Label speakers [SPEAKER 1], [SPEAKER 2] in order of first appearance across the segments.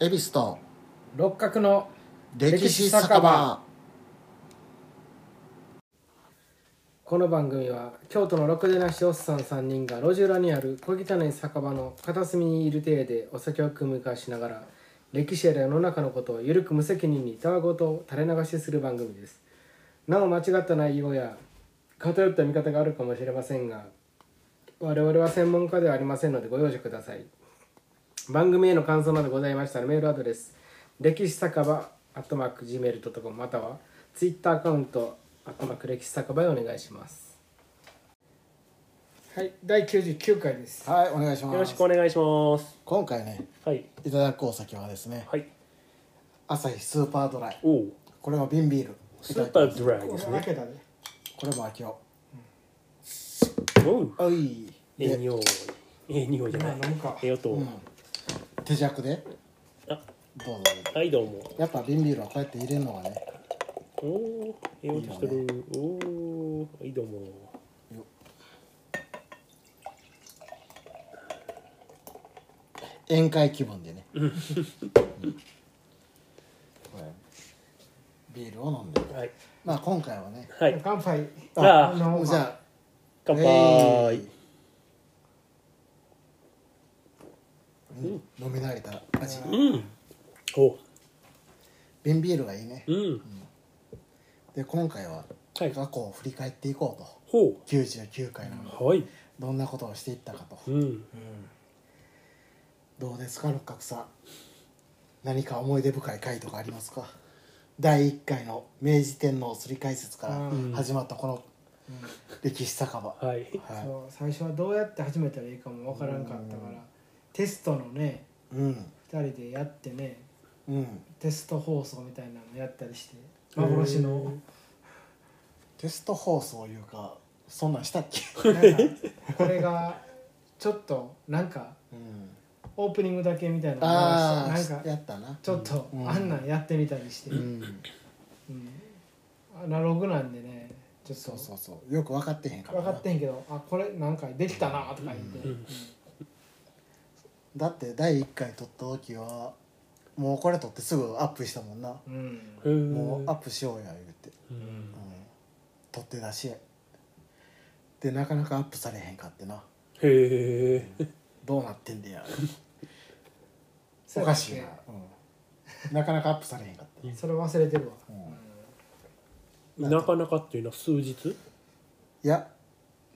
[SPEAKER 1] 恵比寿と
[SPEAKER 2] 六角の
[SPEAKER 1] 歴史酒場
[SPEAKER 2] この番組は京都のろくでなしおっさん3人が路地裏にある小汚い酒場の片隅にいる体でお酒を組み交わしながら歴史や世の中のことをゆるく無責任にたわごとを垂れ流しする番組ですなお間違った内容や偏った見方があるかもしれませんが我々は専門家ではありませんのでご容赦ください番組への感想などございましたらメールアドレス歴史酒場アットマーク Gmail.com またはツイッターアカウントアットマーク歴史酒場へお願いしますはい第99回です
[SPEAKER 1] はいお願いします
[SPEAKER 3] よろしくお願いします。
[SPEAKER 1] 今回ね
[SPEAKER 3] はい。
[SPEAKER 1] いただくお酒はですね
[SPEAKER 3] はい。
[SPEAKER 1] 朝日スーパードライ
[SPEAKER 3] おお。
[SPEAKER 1] これは瓶ビールい
[SPEAKER 3] ス
[SPEAKER 1] ただ
[SPEAKER 3] ー
[SPEAKER 1] き
[SPEAKER 3] パ
[SPEAKER 1] ます
[SPEAKER 3] ードライです
[SPEAKER 2] 開
[SPEAKER 3] ね。
[SPEAKER 2] けたね
[SPEAKER 1] これも秋夫
[SPEAKER 3] おお。
[SPEAKER 1] おい
[SPEAKER 3] ええ
[SPEAKER 1] で
[SPEAKER 3] 匂い。ええ匂いじゃない。
[SPEAKER 2] 今飲むか
[SPEAKER 3] ええ音。
[SPEAKER 1] 手酌で
[SPEAKER 3] あ、
[SPEAKER 1] どうぞ
[SPEAKER 3] はいどうも。
[SPEAKER 1] やっぱ瓶ビールはこうやって入れるのがね
[SPEAKER 3] おお。ええ音して
[SPEAKER 1] いいよ
[SPEAKER 3] る。おお。はいどうも。
[SPEAKER 1] 宴会気分でね、うんこれビールを飲んで
[SPEAKER 3] はい。
[SPEAKER 1] まあ今回はね
[SPEAKER 3] はい。
[SPEAKER 2] 乾杯
[SPEAKER 3] あ
[SPEAKER 2] 飲もうか
[SPEAKER 1] じゃあ
[SPEAKER 3] 乾杯。
[SPEAKER 1] うん飲み慣れた味
[SPEAKER 3] うん。お。
[SPEAKER 1] 瓶ビールがいいね
[SPEAKER 3] うん。
[SPEAKER 1] で今回は
[SPEAKER 3] はい。
[SPEAKER 1] 過去を振り返っていこうと
[SPEAKER 3] ほ
[SPEAKER 1] 99回なので
[SPEAKER 3] う。はい。
[SPEAKER 1] どんなことをしていったかと
[SPEAKER 3] うん。
[SPEAKER 1] どうですか六角さん何か思い出深い回とかありますか第1回の明治天皇すり解説か
[SPEAKER 2] うん
[SPEAKER 1] ら始まったこの歴史酒場、
[SPEAKER 3] はい。
[SPEAKER 1] は
[SPEAKER 2] そう最初はどうやって始めたらいいかもわからんかったからテストのね
[SPEAKER 1] い、うん
[SPEAKER 2] 2人でやってね
[SPEAKER 1] うん
[SPEAKER 2] テスト放送みたいなのやったりして幻の
[SPEAKER 1] テスト放送いうかそんなんしたっ け、
[SPEAKER 2] なんかこれがちょっとなんか
[SPEAKER 1] うん、
[SPEAKER 2] オープニングだけみたいな
[SPEAKER 1] あ
[SPEAKER 2] の
[SPEAKER 1] あ
[SPEAKER 2] をしてなんか
[SPEAKER 1] やったな
[SPEAKER 2] ちょっと
[SPEAKER 1] うん
[SPEAKER 2] あんなんやってみたりして、
[SPEAKER 1] うん
[SPEAKER 2] うんアナログなんでねちょっと
[SPEAKER 1] そうそうそうよく分かってへんから
[SPEAKER 2] 分
[SPEAKER 1] な
[SPEAKER 2] かってへんけどあこれなんかできたなとか言って、
[SPEAKER 3] うん
[SPEAKER 1] だって第1回撮った時はもうこれ撮ってすぐアップしたもんな、
[SPEAKER 2] うん
[SPEAKER 3] う
[SPEAKER 1] もうんアッ。プしようや言うて、
[SPEAKER 3] うん
[SPEAKER 1] うん、撮って出しやでなかなかアップされへんかってな
[SPEAKER 3] へえ。
[SPEAKER 1] どうなってんだよ
[SPEAKER 2] そ
[SPEAKER 1] お
[SPEAKER 2] うや
[SPEAKER 1] か
[SPEAKER 2] っ
[SPEAKER 1] しい
[SPEAKER 2] け
[SPEAKER 1] な、うん、なかなかアップされへんかって
[SPEAKER 2] それ忘れてるわ、
[SPEAKER 1] う
[SPEAKER 2] うんん
[SPEAKER 3] なかなかっていうのは数日。
[SPEAKER 1] いや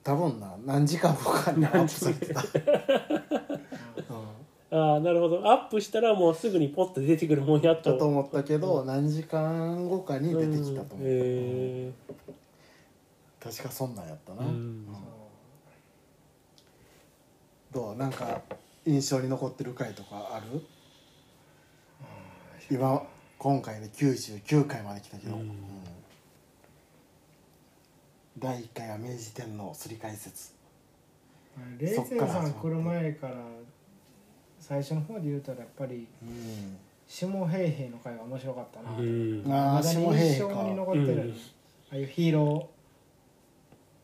[SPEAKER 1] 多分な何時間もかかんなアップされてた、うん
[SPEAKER 3] ああ、なるほど。アップしたらもうすぐにポッと出てくるもんや
[SPEAKER 1] だと
[SPEAKER 3] と。
[SPEAKER 1] 思ったけど、何時間後かに出てきたと思う、
[SPEAKER 3] うんへえ。
[SPEAKER 1] 確かそんなんやったな、
[SPEAKER 3] うん
[SPEAKER 1] どうなんか印象に残ってる回とかある今今回で99回まで来たけど、
[SPEAKER 3] うん
[SPEAKER 1] うん第1回は明治天皇すり解説
[SPEAKER 2] 冷
[SPEAKER 1] そっ
[SPEAKER 2] 静
[SPEAKER 1] から
[SPEAKER 2] さん来る前から最初の方で言うたらやっぱり
[SPEAKER 1] うん
[SPEAKER 2] 下平平の回が面白かったな、
[SPEAKER 3] うん
[SPEAKER 1] ああ
[SPEAKER 2] まだ
[SPEAKER 1] 下
[SPEAKER 2] に印
[SPEAKER 1] 平
[SPEAKER 2] 象に
[SPEAKER 1] か
[SPEAKER 2] 残ってる、
[SPEAKER 3] うん
[SPEAKER 2] ああいうヒーロ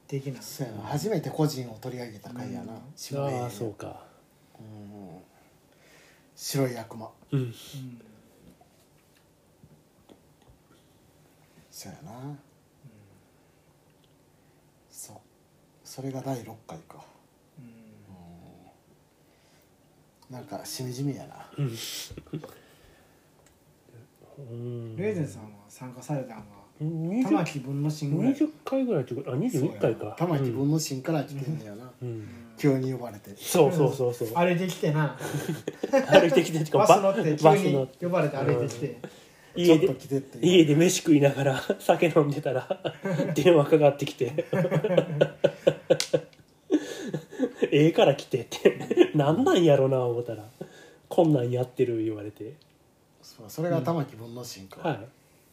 [SPEAKER 2] ー的な
[SPEAKER 1] そうやな初めて個人を取り上げた回やな、
[SPEAKER 2] うん
[SPEAKER 1] 下平
[SPEAKER 3] ああそうか
[SPEAKER 1] うん白い悪魔
[SPEAKER 3] うん
[SPEAKER 2] うん
[SPEAKER 1] そうやな、そうそれが第6回か
[SPEAKER 2] うん
[SPEAKER 1] なんかしみじみやな
[SPEAKER 3] うん
[SPEAKER 2] レーゼンさんは参加されたんは玉
[SPEAKER 3] 20
[SPEAKER 2] 木文之進ぐらい、
[SPEAKER 3] 20回ぐらいってことあ二21回か
[SPEAKER 1] 玉木文之進から来てんだよな、
[SPEAKER 3] うんう
[SPEAKER 2] うんん
[SPEAKER 1] 急に呼ばれて
[SPEAKER 3] そうそうそうそう
[SPEAKER 2] あれできてな
[SPEAKER 3] 歩いてきてしかも
[SPEAKER 2] バス乗って急
[SPEAKER 3] バス乗
[SPEAKER 2] に
[SPEAKER 3] って
[SPEAKER 2] 呼ばれて歩いてきて、
[SPEAKER 1] ちょ
[SPEAKER 3] 家
[SPEAKER 1] っと
[SPEAKER 3] で
[SPEAKER 1] 来てって
[SPEAKER 3] 家で飯食いながら 酒飲んでた ら電話かかってきて「ええから来て」ってなんなんやろな思ったら「こんなんやってる」言われて
[SPEAKER 1] そうそれが玉木文之進か、
[SPEAKER 3] はい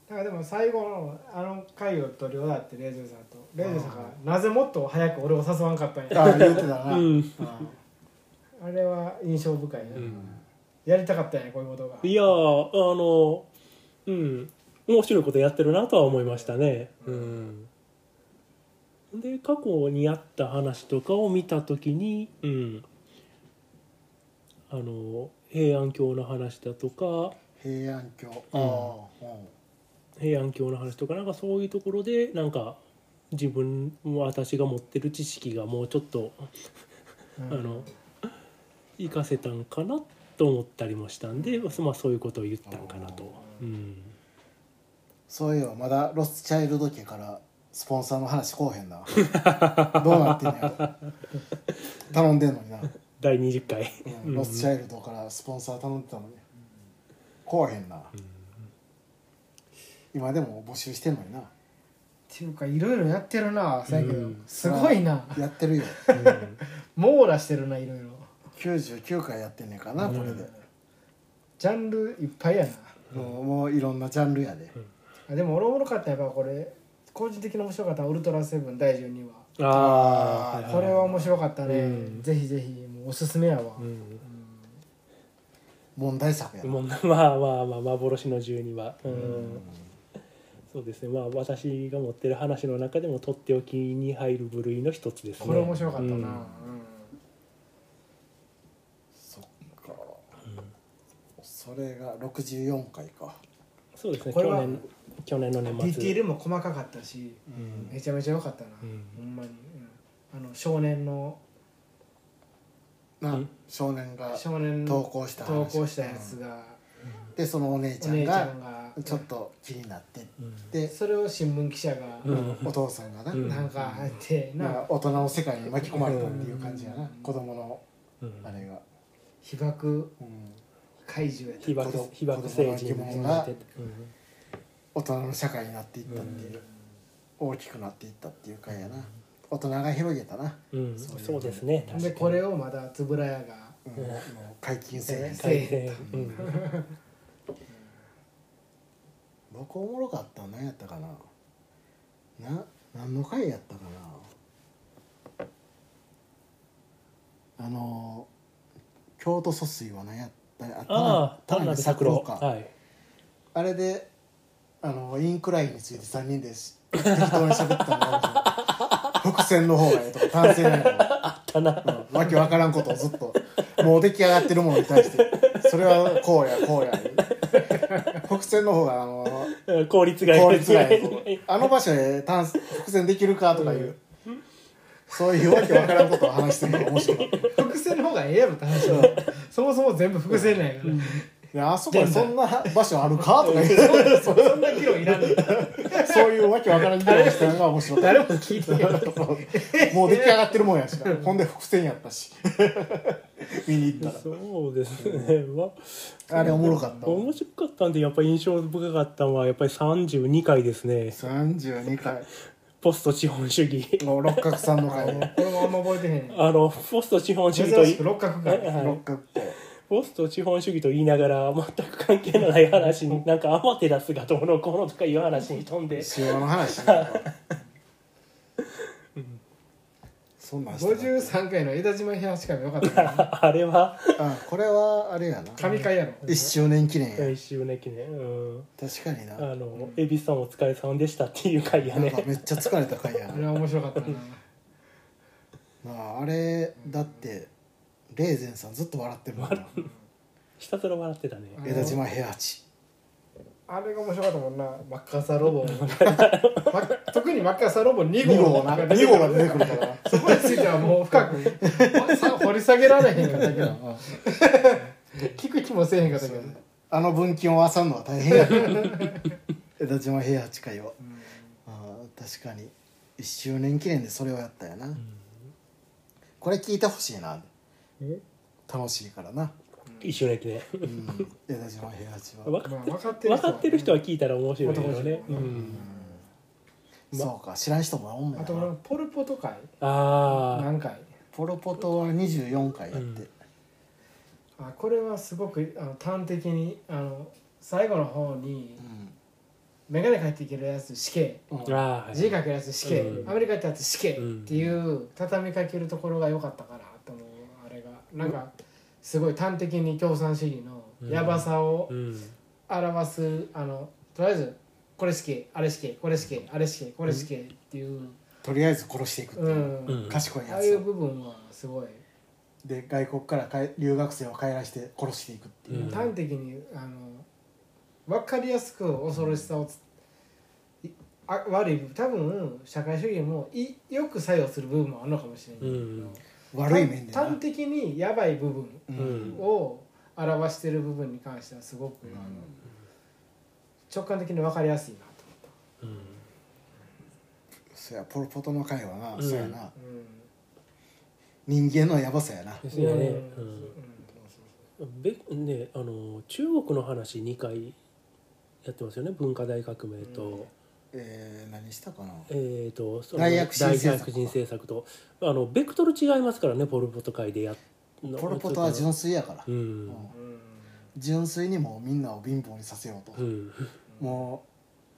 [SPEAKER 2] だからでも最後のあの会を取り終わってレーゼンさんとレーゼンさんがなぜもっと早く俺を誘わんかったんや
[SPEAKER 1] ああ言うてたな、
[SPEAKER 3] うん
[SPEAKER 1] あ
[SPEAKER 2] あれは印象深いな、
[SPEAKER 3] うん
[SPEAKER 2] やりたかったんやこういうことが
[SPEAKER 3] いやーあのうん面白いことやってるなとは思いましたねうんで過去にあった話とかを見た時にうんあの平安京の話だとか
[SPEAKER 1] 平安京ああ、うん
[SPEAKER 3] 平安京の話とかなんかそういうところでなんか自分私が持ってる知識がもうちょっと、あの活かせたんかなと思ったりもしたんで、まあ、そういうことを言ったんかなと。うん、
[SPEAKER 1] そういえばまだロスチャイルド家からスポンサーの話こうへんなどうなってんのやろ頼んでんのにな、
[SPEAKER 3] 第20回
[SPEAKER 1] うんロスチャイルドからスポンサー頼んでたのにこうへんな、今でも募集してんのにな
[SPEAKER 2] ていうかいろいろやってるなそうやけど、
[SPEAKER 3] うん
[SPEAKER 2] すごいな
[SPEAKER 1] やってるよ
[SPEAKER 3] うん
[SPEAKER 2] 網羅してるないろいろ
[SPEAKER 1] 99回やってんねんかな、
[SPEAKER 3] うん
[SPEAKER 1] これで、
[SPEAKER 2] ジャンルいっぱいやな
[SPEAKER 1] もうもういろんなジャンルやで、
[SPEAKER 2] あでも俺おもろかったやっぱこれ個人的に面白かったのはウルトラセブン第12話
[SPEAKER 1] あ
[SPEAKER 3] ああ
[SPEAKER 1] ー
[SPEAKER 2] これは面白かったね、
[SPEAKER 3] うん
[SPEAKER 2] ぜひぜひもうおすすめやわ、
[SPEAKER 3] うん
[SPEAKER 1] 問題作やな
[SPEAKER 3] も うまあまあまあ幻の12話、うんそうですねまあ私が持ってる話の中でもとっておきに入る部類の一つですね
[SPEAKER 2] これ面白かったな、うん
[SPEAKER 1] そっか、それが64回か
[SPEAKER 3] そうですね
[SPEAKER 2] これ
[SPEAKER 3] 去
[SPEAKER 2] は
[SPEAKER 3] 年去年の
[SPEAKER 2] デ
[SPEAKER 3] 年
[SPEAKER 2] ィティー
[SPEAKER 3] 末
[SPEAKER 2] ルも細かかったし、
[SPEAKER 3] うん
[SPEAKER 2] めちゃめちゃ良かったな、
[SPEAKER 3] うん
[SPEAKER 2] ほんまに、うんあの少年の
[SPEAKER 1] な
[SPEAKER 3] うん
[SPEAKER 1] 少年が
[SPEAKER 2] 少年
[SPEAKER 1] 投
[SPEAKER 2] の
[SPEAKER 1] 稿した
[SPEAKER 2] 投
[SPEAKER 1] 話
[SPEAKER 2] 稿したやつが、
[SPEAKER 1] うんでそのお姉ち
[SPEAKER 2] お
[SPEAKER 1] ゃん
[SPEAKER 2] 姉ちゃ
[SPEAKER 1] が
[SPEAKER 2] んが
[SPEAKER 1] ちょっと気になって
[SPEAKER 3] うん
[SPEAKER 1] で
[SPEAKER 2] それを新聞記者が、
[SPEAKER 3] うん
[SPEAKER 1] お父さんがな,、
[SPEAKER 3] うん
[SPEAKER 2] なんかあって、
[SPEAKER 1] な
[SPEAKER 2] なん
[SPEAKER 1] か
[SPEAKER 2] んか
[SPEAKER 1] 大人の世界に巻き込まれたっていう感じやな、
[SPEAKER 2] うん
[SPEAKER 1] 子供の
[SPEAKER 3] うん
[SPEAKER 1] あれが、
[SPEAKER 2] 被爆
[SPEAKER 1] うん
[SPEAKER 2] 怪獣やった
[SPEAKER 3] 被爆
[SPEAKER 1] 子供
[SPEAKER 3] 被爆成人
[SPEAKER 1] 子供が
[SPEAKER 3] うん
[SPEAKER 1] 大人の社会になっていったっていう、大きくなっていったっていう回やな、大人が広げたな、
[SPEAKER 3] うん、
[SPEAKER 1] そういう
[SPEAKER 3] そうですね確か
[SPEAKER 2] で
[SPEAKER 3] に
[SPEAKER 2] これをまだ円谷が
[SPEAKER 1] うんもう解禁せえへん
[SPEAKER 2] せ
[SPEAKER 3] 大変 うん
[SPEAKER 1] 僕おもろかったの何やったかなな何の回やったかなあの京都疎水は何やったあ
[SPEAKER 3] ああ
[SPEAKER 1] 田
[SPEAKER 3] 単な
[SPEAKER 1] 辺作
[SPEAKER 3] る作郎
[SPEAKER 1] 郎か、
[SPEAKER 3] はい
[SPEAKER 1] あれであのインクラインについて3人でし適当に喋ったのがあるんですよ伏線の方がええとか単線の方がええとか
[SPEAKER 3] あったな
[SPEAKER 1] うんわけわからんことをずっともう出来上がってるものに対してそれはこうやこうや伏線の方があの
[SPEAKER 3] うん 効率がいい
[SPEAKER 1] 効率がいいあの場所で単伏線できるかとかいう、そういうわけわからんことを話してるのが面白い
[SPEAKER 2] 伏線の方がええやろって話だそもそも全部伏線なんやから、
[SPEAKER 1] いやあそこにそんな場所あるかとか言 うそ
[SPEAKER 2] そんな議論いらんの
[SPEAKER 1] そういうわけわからん議論をしてるのが面白い
[SPEAKER 2] 誰も聞いてへんやろ
[SPEAKER 1] もう出来上がってるもんやし なほんで伏線やったし 見に行っ
[SPEAKER 3] そうですね、まあ
[SPEAKER 1] たらあれおもろかった
[SPEAKER 3] 面白かったんでやっぱり印象深かったのはやっぱり32回ですね
[SPEAKER 1] 32回
[SPEAKER 3] ポスト資本主義
[SPEAKER 1] の六角さんの
[SPEAKER 2] あ
[SPEAKER 1] 回
[SPEAKER 2] のこれもあんま覚えてへん
[SPEAKER 3] あのポスト資本主義と
[SPEAKER 2] 珍し
[SPEAKER 3] い
[SPEAKER 2] く六角が
[SPEAKER 3] はいはい
[SPEAKER 1] 六角公
[SPEAKER 3] ポスト資本主義と言いながら全く関係のない話になんかアマテラスがどうのこうのとかいう話に飛んで
[SPEAKER 1] 昭和の話しなそんなんしてた
[SPEAKER 2] 53回の枝島平八回もよかったな
[SPEAKER 3] あれは
[SPEAKER 1] あこれはあれやな
[SPEAKER 2] 神回やろ
[SPEAKER 1] 1周年記念や
[SPEAKER 3] 一周年記念うん
[SPEAKER 1] 確かにな
[SPEAKER 3] あの「恵比寿さんお疲れさんでした」っていう回や
[SPEAKER 1] なん
[SPEAKER 3] ね
[SPEAKER 1] かめっちゃ疲れた回や
[SPEAKER 2] あれ
[SPEAKER 1] な
[SPEAKER 2] は面白かったな
[SPEAKER 1] なああれだって霊前さんずっと笑ってるもんな
[SPEAKER 3] ひたすら笑ってたね
[SPEAKER 2] あ
[SPEAKER 1] 枝島平八
[SPEAKER 2] あれが面白かったもんな真っ赤さロ ボま特に真っ赤さロボ2
[SPEAKER 1] 2
[SPEAKER 2] 号
[SPEAKER 1] 号な2号が出てくるからな
[SPEAKER 2] そこについてはもう深くさ掘り下げられへんかったけど 聞く気もせえへんかったけど
[SPEAKER 1] あの文献を漁るのは大変や枝島平八会はああ確かに1周年記念でそれをやったやな、これ聞いてほしいな
[SPEAKER 2] え
[SPEAKER 1] 楽しいからな、
[SPEAKER 3] 一周年記念
[SPEAKER 1] うん、枝島平八は
[SPEAKER 3] 分か
[SPEAKER 2] まあ分かってる
[SPEAKER 3] 分かってる人
[SPEAKER 2] は
[SPEAKER 3] は聞いたら面白いけどね、う
[SPEAKER 2] うん
[SPEAKER 3] ん、
[SPEAKER 1] そうか知らん人もおんねん
[SPEAKER 2] あ
[SPEAKER 1] な
[SPEAKER 2] と俺のポルポト会
[SPEAKER 3] あ
[SPEAKER 2] 何回
[SPEAKER 1] ポロポトは24回やって、
[SPEAKER 2] あこれはすごくあの端的にあの最後の方に眼鏡かっていけるやつ死刑
[SPEAKER 1] うん
[SPEAKER 3] あああはい
[SPEAKER 2] 字書けるやつ死刑、
[SPEAKER 3] うん
[SPEAKER 2] アメリカ行ったやつ死刑、
[SPEAKER 3] うん
[SPEAKER 2] っていう畳みかけるところが良かったかなと思うあれがなんかすごい端的に共産主義のやばさを
[SPEAKER 3] うん
[SPEAKER 2] 表す、あのとりあえずこれ死刑あれ死刑これ死刑あれ死刑これ死刑っていう、
[SPEAKER 1] とりあえず殺していくって
[SPEAKER 2] う
[SPEAKER 1] いう、
[SPEAKER 2] ん
[SPEAKER 3] うん
[SPEAKER 1] 賢いや
[SPEAKER 2] ああい
[SPEAKER 1] つ
[SPEAKER 2] う部分はすごい
[SPEAKER 1] で外国からかえ留学生を帰らして殺していくっていう、
[SPEAKER 3] うん
[SPEAKER 2] 端的にあの分かりやすく恐ろしさをつ、いあ悪い多分社会主義もいよく作用する部分もあるのかもしれないけど、
[SPEAKER 3] うん
[SPEAKER 1] 悪い面で
[SPEAKER 2] 端
[SPEAKER 1] な
[SPEAKER 2] 端的にやばい部分
[SPEAKER 1] う
[SPEAKER 3] うんん
[SPEAKER 2] を表してる部分に関してはすごく、あの直感的に分かりやすいなと
[SPEAKER 3] うん
[SPEAKER 1] そやポル・ポトの会はな、
[SPEAKER 3] うん
[SPEAKER 1] そやな
[SPEAKER 2] 思っ
[SPEAKER 1] 人間のやばさやな
[SPEAKER 3] です
[SPEAKER 2] た。うん
[SPEAKER 3] よね、
[SPEAKER 2] うん
[SPEAKER 3] う
[SPEAKER 2] うん
[SPEAKER 3] ん
[SPEAKER 2] そう
[SPEAKER 3] べねあの中国の話2回やってますよね文化大革命と、
[SPEAKER 2] うん
[SPEAKER 1] えー、何したかな
[SPEAKER 3] えー、とその
[SPEAKER 1] 大躍進政策
[SPEAKER 3] 大躍進政策とあのベクトル違いますからねポル・ポト会でやの
[SPEAKER 1] ポル・ポトは純粋やから、
[SPEAKER 3] うん、
[SPEAKER 1] うん
[SPEAKER 2] そううん
[SPEAKER 1] 純粋にもうみんなを貧乏にさせようと、
[SPEAKER 3] うん
[SPEAKER 1] も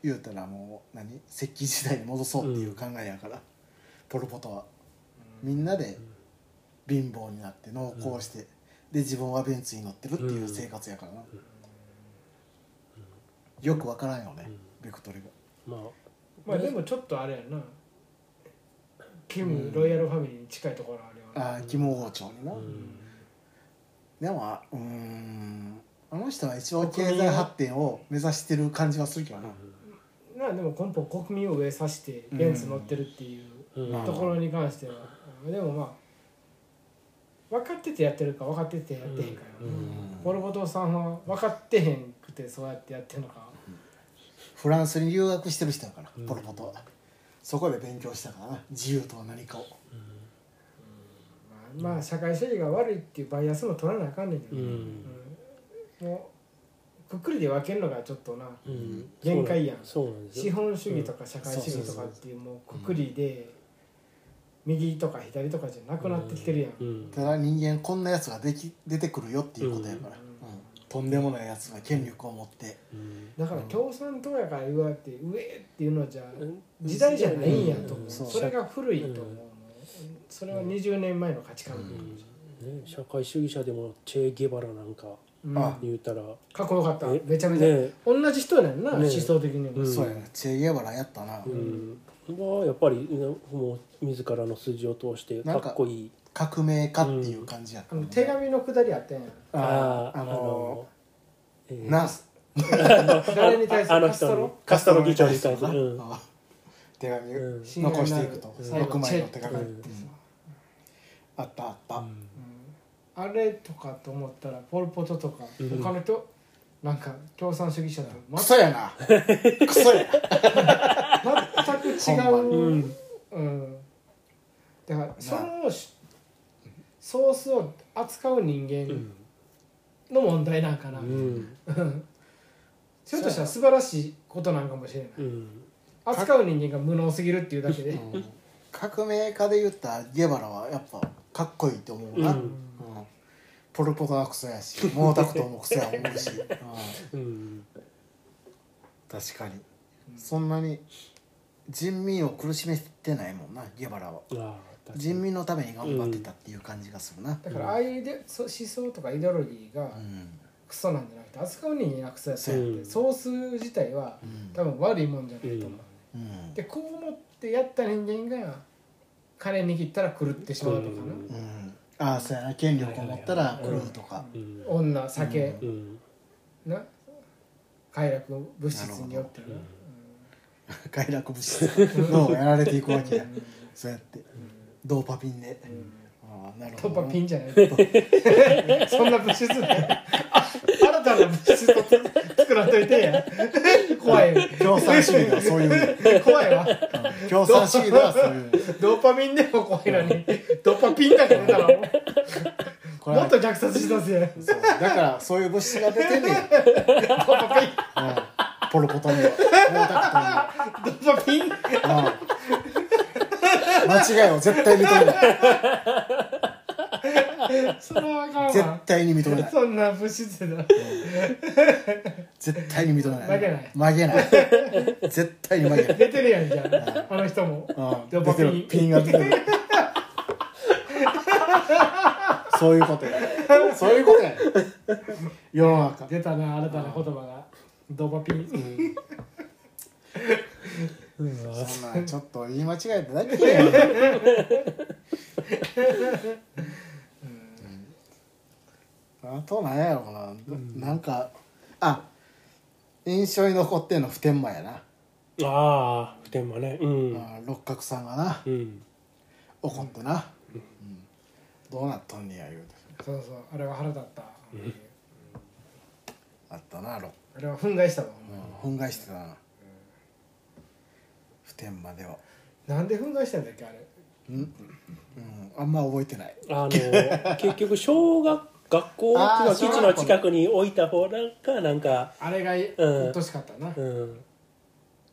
[SPEAKER 1] う言うたらもう何石器時代に戻そうっていう考えやから、ポル・ポトはみんなで貧乏になって農耕して、で自分はベンツに乗ってるっていう生活やからな、よくわからんよね、ベクトルが
[SPEAKER 3] まあ
[SPEAKER 2] まあでもちょっとあれやなキムロイヤルファミリーに近いところあるよな、
[SPEAKER 1] ああ肝王朝にな、
[SPEAKER 3] うん
[SPEAKER 1] でもあうーんあの人は一応経済発展を目指してる感じはするけどな、
[SPEAKER 2] なでも根本国民を上さしてベンツ乗ってるっていう
[SPEAKER 3] うん
[SPEAKER 1] まあ
[SPEAKER 2] ところに関しては、でもまあ分かっててやってるか分かっててやってへんかよ、
[SPEAKER 3] うん
[SPEAKER 2] ポル・ポトさんは分かってへんくてそうやってやってんのか
[SPEAKER 1] フランスに留学してる人やから、
[SPEAKER 3] うん
[SPEAKER 1] ポル・ポトはそこで勉強したからな自由とは何かを
[SPEAKER 2] まあ、まあ社会主義が悪いっていうバイアスも取らなあかんねんけ
[SPEAKER 3] う
[SPEAKER 2] ど、
[SPEAKER 3] ん
[SPEAKER 2] うんもうくっくりで分けるのがちょっとな
[SPEAKER 3] うん
[SPEAKER 2] 限界やん
[SPEAKER 3] そうなんです
[SPEAKER 2] 資
[SPEAKER 3] よ
[SPEAKER 2] 本主義とか社会主義とかっていうもうくくりで右とか左とかじゃなくなってきてるやん、
[SPEAKER 3] うん
[SPEAKER 1] ただ人間こんなやつができ出てくるよっていうことやから、うん
[SPEAKER 2] うん
[SPEAKER 1] とんでもないやつが権力を持って
[SPEAKER 3] うん
[SPEAKER 2] だから共産党やから言われて上っていうのじゃ
[SPEAKER 3] うん
[SPEAKER 2] 時代じゃないんやと思
[SPEAKER 1] ん
[SPEAKER 2] う
[SPEAKER 1] そう
[SPEAKER 2] それが古いと思うそれは20年前の価値観
[SPEAKER 3] うんね、社会主義者でもチェ・ゲバラなんか
[SPEAKER 2] うん
[SPEAKER 1] あ
[SPEAKER 3] 言うたら
[SPEAKER 2] かっこよかった
[SPEAKER 3] え
[SPEAKER 2] めちゃめちゃ
[SPEAKER 3] ね
[SPEAKER 2] 同じ人やねんな
[SPEAKER 3] ね
[SPEAKER 2] 思想的にも
[SPEAKER 3] うん
[SPEAKER 1] そうやねチェ・ゲバラやったな、
[SPEAKER 3] うんはやっぱりねもう自らの筋を通してかっこいい
[SPEAKER 1] 革命家っていう感じやっ
[SPEAKER 2] あ
[SPEAKER 1] たね、
[SPEAKER 2] の手紙のくだりあったやん
[SPEAKER 1] あーあ
[SPEAKER 3] ー
[SPEAKER 1] の
[SPEAKER 3] あのえー
[SPEAKER 1] ナース
[SPEAKER 2] 誰に対す
[SPEAKER 3] ああ
[SPEAKER 2] る
[SPEAKER 3] の
[SPEAKER 2] カス
[SPEAKER 3] 人
[SPEAKER 2] ト
[SPEAKER 3] に
[SPEAKER 2] ロ
[SPEAKER 3] カストロ議長に対する
[SPEAKER 1] カストロ
[SPEAKER 3] う
[SPEAKER 1] 議
[SPEAKER 3] ん
[SPEAKER 1] 長に対するな手紙を
[SPEAKER 3] うん
[SPEAKER 1] 残していくと6枚の手紙、
[SPEAKER 2] う
[SPEAKER 1] うんんあったあった、
[SPEAKER 2] あれとかと思ったらポル・ポトとか
[SPEAKER 3] うん
[SPEAKER 2] 他の人なんか共産主義者と
[SPEAKER 1] クソやなクソやほん
[SPEAKER 2] 全く違
[SPEAKER 3] う
[SPEAKER 2] うんうんだからそのしソースを扱う人
[SPEAKER 3] う
[SPEAKER 2] 間
[SPEAKER 3] ん
[SPEAKER 2] の問題なんかな、
[SPEAKER 3] うん
[SPEAKER 2] ひょっとしたら素晴らしいことなんかもしれない、
[SPEAKER 3] うん
[SPEAKER 2] 扱う人間が無能すぎるっていうだけで、
[SPEAKER 1] うん革命家で言ったらゲバラはやっぱかっこいいと思うな、
[SPEAKER 3] う
[SPEAKER 1] うんんポル・ポトはクソやし毛沢東もクソや思うし、うん
[SPEAKER 3] うん
[SPEAKER 1] 確かにそんなに人民を苦しめてないもんなゲバラは
[SPEAKER 3] あー確か
[SPEAKER 1] 人民のために頑張ってたっていう感じがするな、
[SPEAKER 2] だからああいうでそ思想とかイデオロギーが
[SPEAKER 1] うん
[SPEAKER 2] クソなんじゃなくて扱う人間がクソやったって、
[SPEAKER 3] うん
[SPEAKER 2] ソース自体は
[SPEAKER 1] うん
[SPEAKER 2] 多分悪いもんじゃないと思う、
[SPEAKER 1] うん
[SPEAKER 2] でこう思ってやった人間が金握ったら狂ってしまうとかな、
[SPEAKER 3] うん
[SPEAKER 1] うんああそうやな権力を持ったら狂うとか、
[SPEAKER 3] にうん
[SPEAKER 2] 女酒、
[SPEAKER 3] うん
[SPEAKER 2] な快楽物質によってな
[SPEAKER 3] なる
[SPEAKER 1] 快楽物質 脳がやられていくわけや
[SPEAKER 2] うん
[SPEAKER 1] そうやってドーパピンで、
[SPEAKER 2] うん
[SPEAKER 1] ああなる
[SPEAKER 2] ト
[SPEAKER 1] ほ
[SPEAKER 2] ッ
[SPEAKER 1] ど
[SPEAKER 2] パ
[SPEAKER 1] な
[SPEAKER 2] ピンじゃないそんな物質ね新たな物質を作らんといてや怖い
[SPEAKER 1] 共産主義ではそういう
[SPEAKER 2] 怖いわ
[SPEAKER 1] 共産主義ではそう いう
[SPEAKER 2] ドーパミンでも怖いのにドーパピンだけ出たらも
[SPEAKER 1] こ
[SPEAKER 2] う
[SPEAKER 1] れ
[SPEAKER 2] も
[SPEAKER 1] は
[SPEAKER 2] っと虐殺したぜ
[SPEAKER 1] そうだからそういう物質が出てん ねん、うん
[SPEAKER 2] ドーパピン
[SPEAKER 1] ポル・ポトには
[SPEAKER 2] ドーパピン
[SPEAKER 1] 毛沢東には、うん間違いを絶対認 めない
[SPEAKER 2] それはあかんわ
[SPEAKER 1] 絶対に認めない
[SPEAKER 2] そんな物質だ
[SPEAKER 1] 絶対に認めない
[SPEAKER 2] 曲げない
[SPEAKER 1] 曲げない 絶対に曲げない
[SPEAKER 2] 出てるやんじゃんあの人も
[SPEAKER 1] うん
[SPEAKER 2] ドー
[SPEAKER 1] 出
[SPEAKER 2] パピン
[SPEAKER 1] てるピンが出てるそういうことやそういうことや世の中
[SPEAKER 2] 出たな新たな言葉がドーパピン
[SPEAKER 1] そんなんちょっと言い間違えただけやんあとなんやろうな、
[SPEAKER 3] ん
[SPEAKER 1] なんかあ印象に残ってんの普天間やな、
[SPEAKER 3] ああ普天間ねうん
[SPEAKER 1] あ六角さんがな
[SPEAKER 3] うん
[SPEAKER 1] 怒ってな、うんどうなっとんねや言うて
[SPEAKER 2] そうそうあれは腹立った、
[SPEAKER 1] あったな六
[SPEAKER 2] あれは憤慨したわ、
[SPEAKER 1] 憤慨してたな普天間では
[SPEAKER 2] なんで憤慨したんだっけあれ
[SPEAKER 1] うん、うん、あんま覚えてない
[SPEAKER 3] あの 結局小学学校
[SPEAKER 1] あー
[SPEAKER 3] の基地の近くに置いた方なんかなんか
[SPEAKER 2] あれが
[SPEAKER 3] うん
[SPEAKER 2] うっとしかったな、
[SPEAKER 3] うん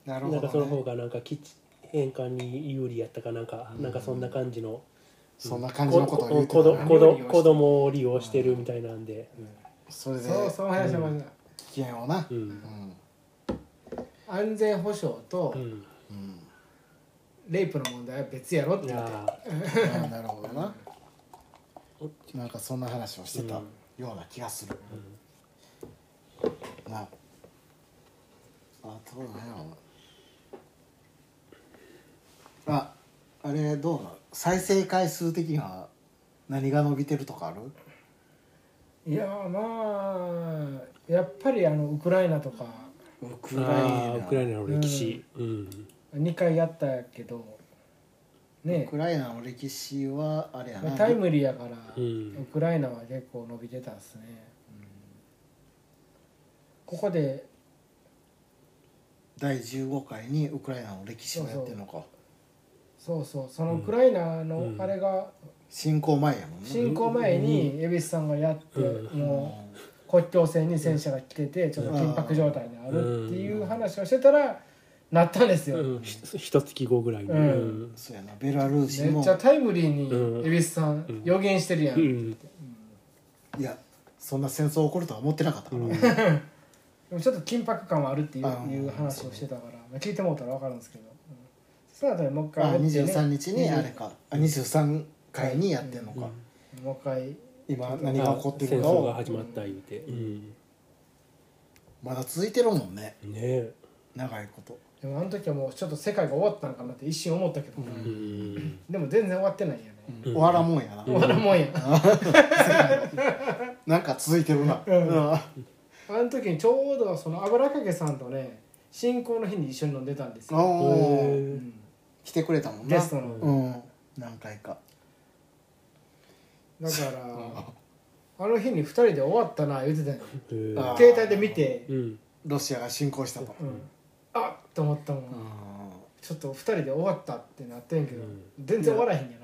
[SPEAKER 1] なる
[SPEAKER 3] なんかその方
[SPEAKER 1] ほどね
[SPEAKER 3] がなんか基地返還に有利やったかなんかなんかそんな感じの
[SPEAKER 1] そんな感じのことを言うて
[SPEAKER 3] こど
[SPEAKER 1] た
[SPEAKER 2] な
[SPEAKER 1] な
[SPEAKER 3] こど子供を利用してるみたいなんで
[SPEAKER 1] それで
[SPEAKER 2] そうその話はまだ、
[SPEAKER 1] 危険をなう
[SPEAKER 3] う
[SPEAKER 1] んん
[SPEAKER 2] 安全保障と
[SPEAKER 3] うん
[SPEAKER 1] うん
[SPEAKER 2] レイプの問題は別やろって
[SPEAKER 3] い
[SPEAKER 2] 言っ
[SPEAKER 3] や
[SPEAKER 2] て、
[SPEAKER 3] ー
[SPEAKER 1] あーなるほどななんかそんな話をしてたような気がする、なあどうなんやろなああれどうなの再生回数的には何が伸びてるとかある
[SPEAKER 2] いやーまあやっぱりあのウクライナとか
[SPEAKER 1] ウク
[SPEAKER 3] あーウクライ
[SPEAKER 1] ナ
[SPEAKER 3] ナの歴史うん
[SPEAKER 2] 2回やったけど
[SPEAKER 1] ウ
[SPEAKER 2] ね
[SPEAKER 1] クライナの歴史はあれやな
[SPEAKER 2] タイムリーやから、
[SPEAKER 3] うん
[SPEAKER 2] ウクライナは結構伸びてたっすね、ここで
[SPEAKER 1] 第15回にウクライナの歴史をやってるのか
[SPEAKER 2] そうそうそのウクライナの
[SPEAKER 3] うん
[SPEAKER 2] あれが
[SPEAKER 1] 侵攻前やもんね
[SPEAKER 2] 侵攻前に蛭子さんがやって、
[SPEAKER 3] う
[SPEAKER 2] もう国境線に戦車が来ててちょっと緊迫状態にあるっていう話をしてたらなったんですよ、
[SPEAKER 3] うんひひと月後ぐらいにう
[SPEAKER 2] うん
[SPEAKER 3] ん
[SPEAKER 1] そうやなベラルーシ
[SPEAKER 2] め
[SPEAKER 1] も
[SPEAKER 2] っちゃタイムリーに
[SPEAKER 3] うん
[SPEAKER 2] 蛭子さん予言してるやん、
[SPEAKER 3] うん
[SPEAKER 1] いやそんな戦争起こるとは思ってなかったから、
[SPEAKER 3] うん
[SPEAKER 2] でもちょっと緊迫感はあるっていう
[SPEAKER 1] あー
[SPEAKER 2] いう話をしてたから、まあ、聞いてもうたら分かるんですけど、うん、その後にもう一回
[SPEAKER 1] あ
[SPEAKER 2] 会ってね
[SPEAKER 1] 23日にあれか、あ23回にやってんのか、
[SPEAKER 2] もう一回
[SPEAKER 1] 今何が起こってる
[SPEAKER 3] 戦
[SPEAKER 1] のか
[SPEAKER 3] 争が
[SPEAKER 1] を
[SPEAKER 3] 始まった言うてうん
[SPEAKER 1] まだ続いてるもんね
[SPEAKER 3] ねえ
[SPEAKER 1] 長いこと
[SPEAKER 2] でもあの時はもうちょっと世界が終わったのかなって一瞬思ったけど、
[SPEAKER 3] うん
[SPEAKER 2] でも全然終わってないよね、
[SPEAKER 1] 終わらんもんやな、
[SPEAKER 2] 終わらんもんや、
[SPEAKER 1] なんか続いてるな、
[SPEAKER 2] うん
[SPEAKER 1] うん
[SPEAKER 2] あの時にちょうどその油かけさんとね進行の日に一緒に飲んでたんですよ、
[SPEAKER 1] おー
[SPEAKER 3] へー
[SPEAKER 2] うん
[SPEAKER 1] 来てくれたもんな
[SPEAKER 2] ゲストの、
[SPEAKER 1] うん何回か
[SPEAKER 2] だからあの日に2人で終わったな言ってたんよ
[SPEAKER 3] へー
[SPEAKER 1] あー
[SPEAKER 2] 携帯で見て、
[SPEAKER 3] うん
[SPEAKER 1] ロシアが侵攻したと、
[SPEAKER 2] うん、あっと思ったもん、
[SPEAKER 1] うん
[SPEAKER 2] ちょっと2人で終わったってなってんけど、全然終わらへんやな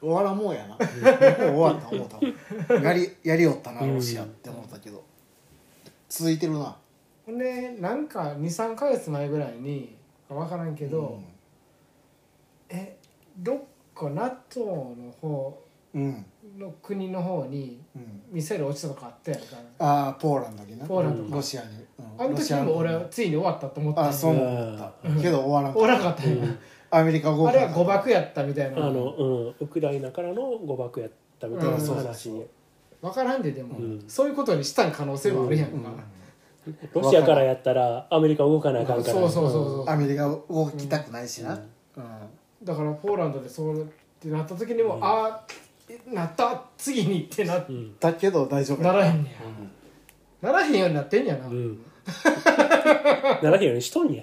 [SPEAKER 1] 終わらんもんやなもう終わった思 ったもんやりやりよったな
[SPEAKER 3] うん
[SPEAKER 1] ロシアって思ったけど、続いてるな
[SPEAKER 2] ほんでなんか23か月前ぐらいに分からんけど、えどっか NATO の方
[SPEAKER 1] うん、うん
[SPEAKER 2] の国の方に
[SPEAKER 1] うん
[SPEAKER 2] ミサイル落ちたとかあったやんか
[SPEAKER 1] ああポーランドにな
[SPEAKER 2] ポーランドか
[SPEAKER 1] ロシアに、うん
[SPEAKER 2] あの
[SPEAKER 1] ロ
[SPEAKER 2] 時
[SPEAKER 1] シア
[SPEAKER 2] も俺はついに終わったと思ったん
[SPEAKER 1] あ
[SPEAKER 2] や
[SPEAKER 1] そう思ったけど終わらん
[SPEAKER 2] 終わらなかったんや
[SPEAKER 1] アメリカ合
[SPEAKER 2] あ
[SPEAKER 1] 格
[SPEAKER 2] れは誤爆やったみたい
[SPEAKER 3] あ
[SPEAKER 2] な
[SPEAKER 3] の、うん、ウクライナからの誤爆やったみたいな
[SPEAKER 2] うん
[SPEAKER 3] 話、
[SPEAKER 2] 分からんででも、
[SPEAKER 3] うん
[SPEAKER 2] そういうことにしたん可能性はあるやんか、
[SPEAKER 3] ロシアからやったらアメリカ動かなあかんから
[SPEAKER 2] そうそうそうそう、
[SPEAKER 1] アメリカ動きたくないしな、うん
[SPEAKER 2] だからポーランドでそうってなった時にも、ああなった次にってなっ
[SPEAKER 3] うんうん
[SPEAKER 1] だけど大丈夫
[SPEAKER 2] ならへ
[SPEAKER 1] ん
[SPEAKER 2] んねや、ならへんようになってんやな、
[SPEAKER 3] うん ならへんようにしとんや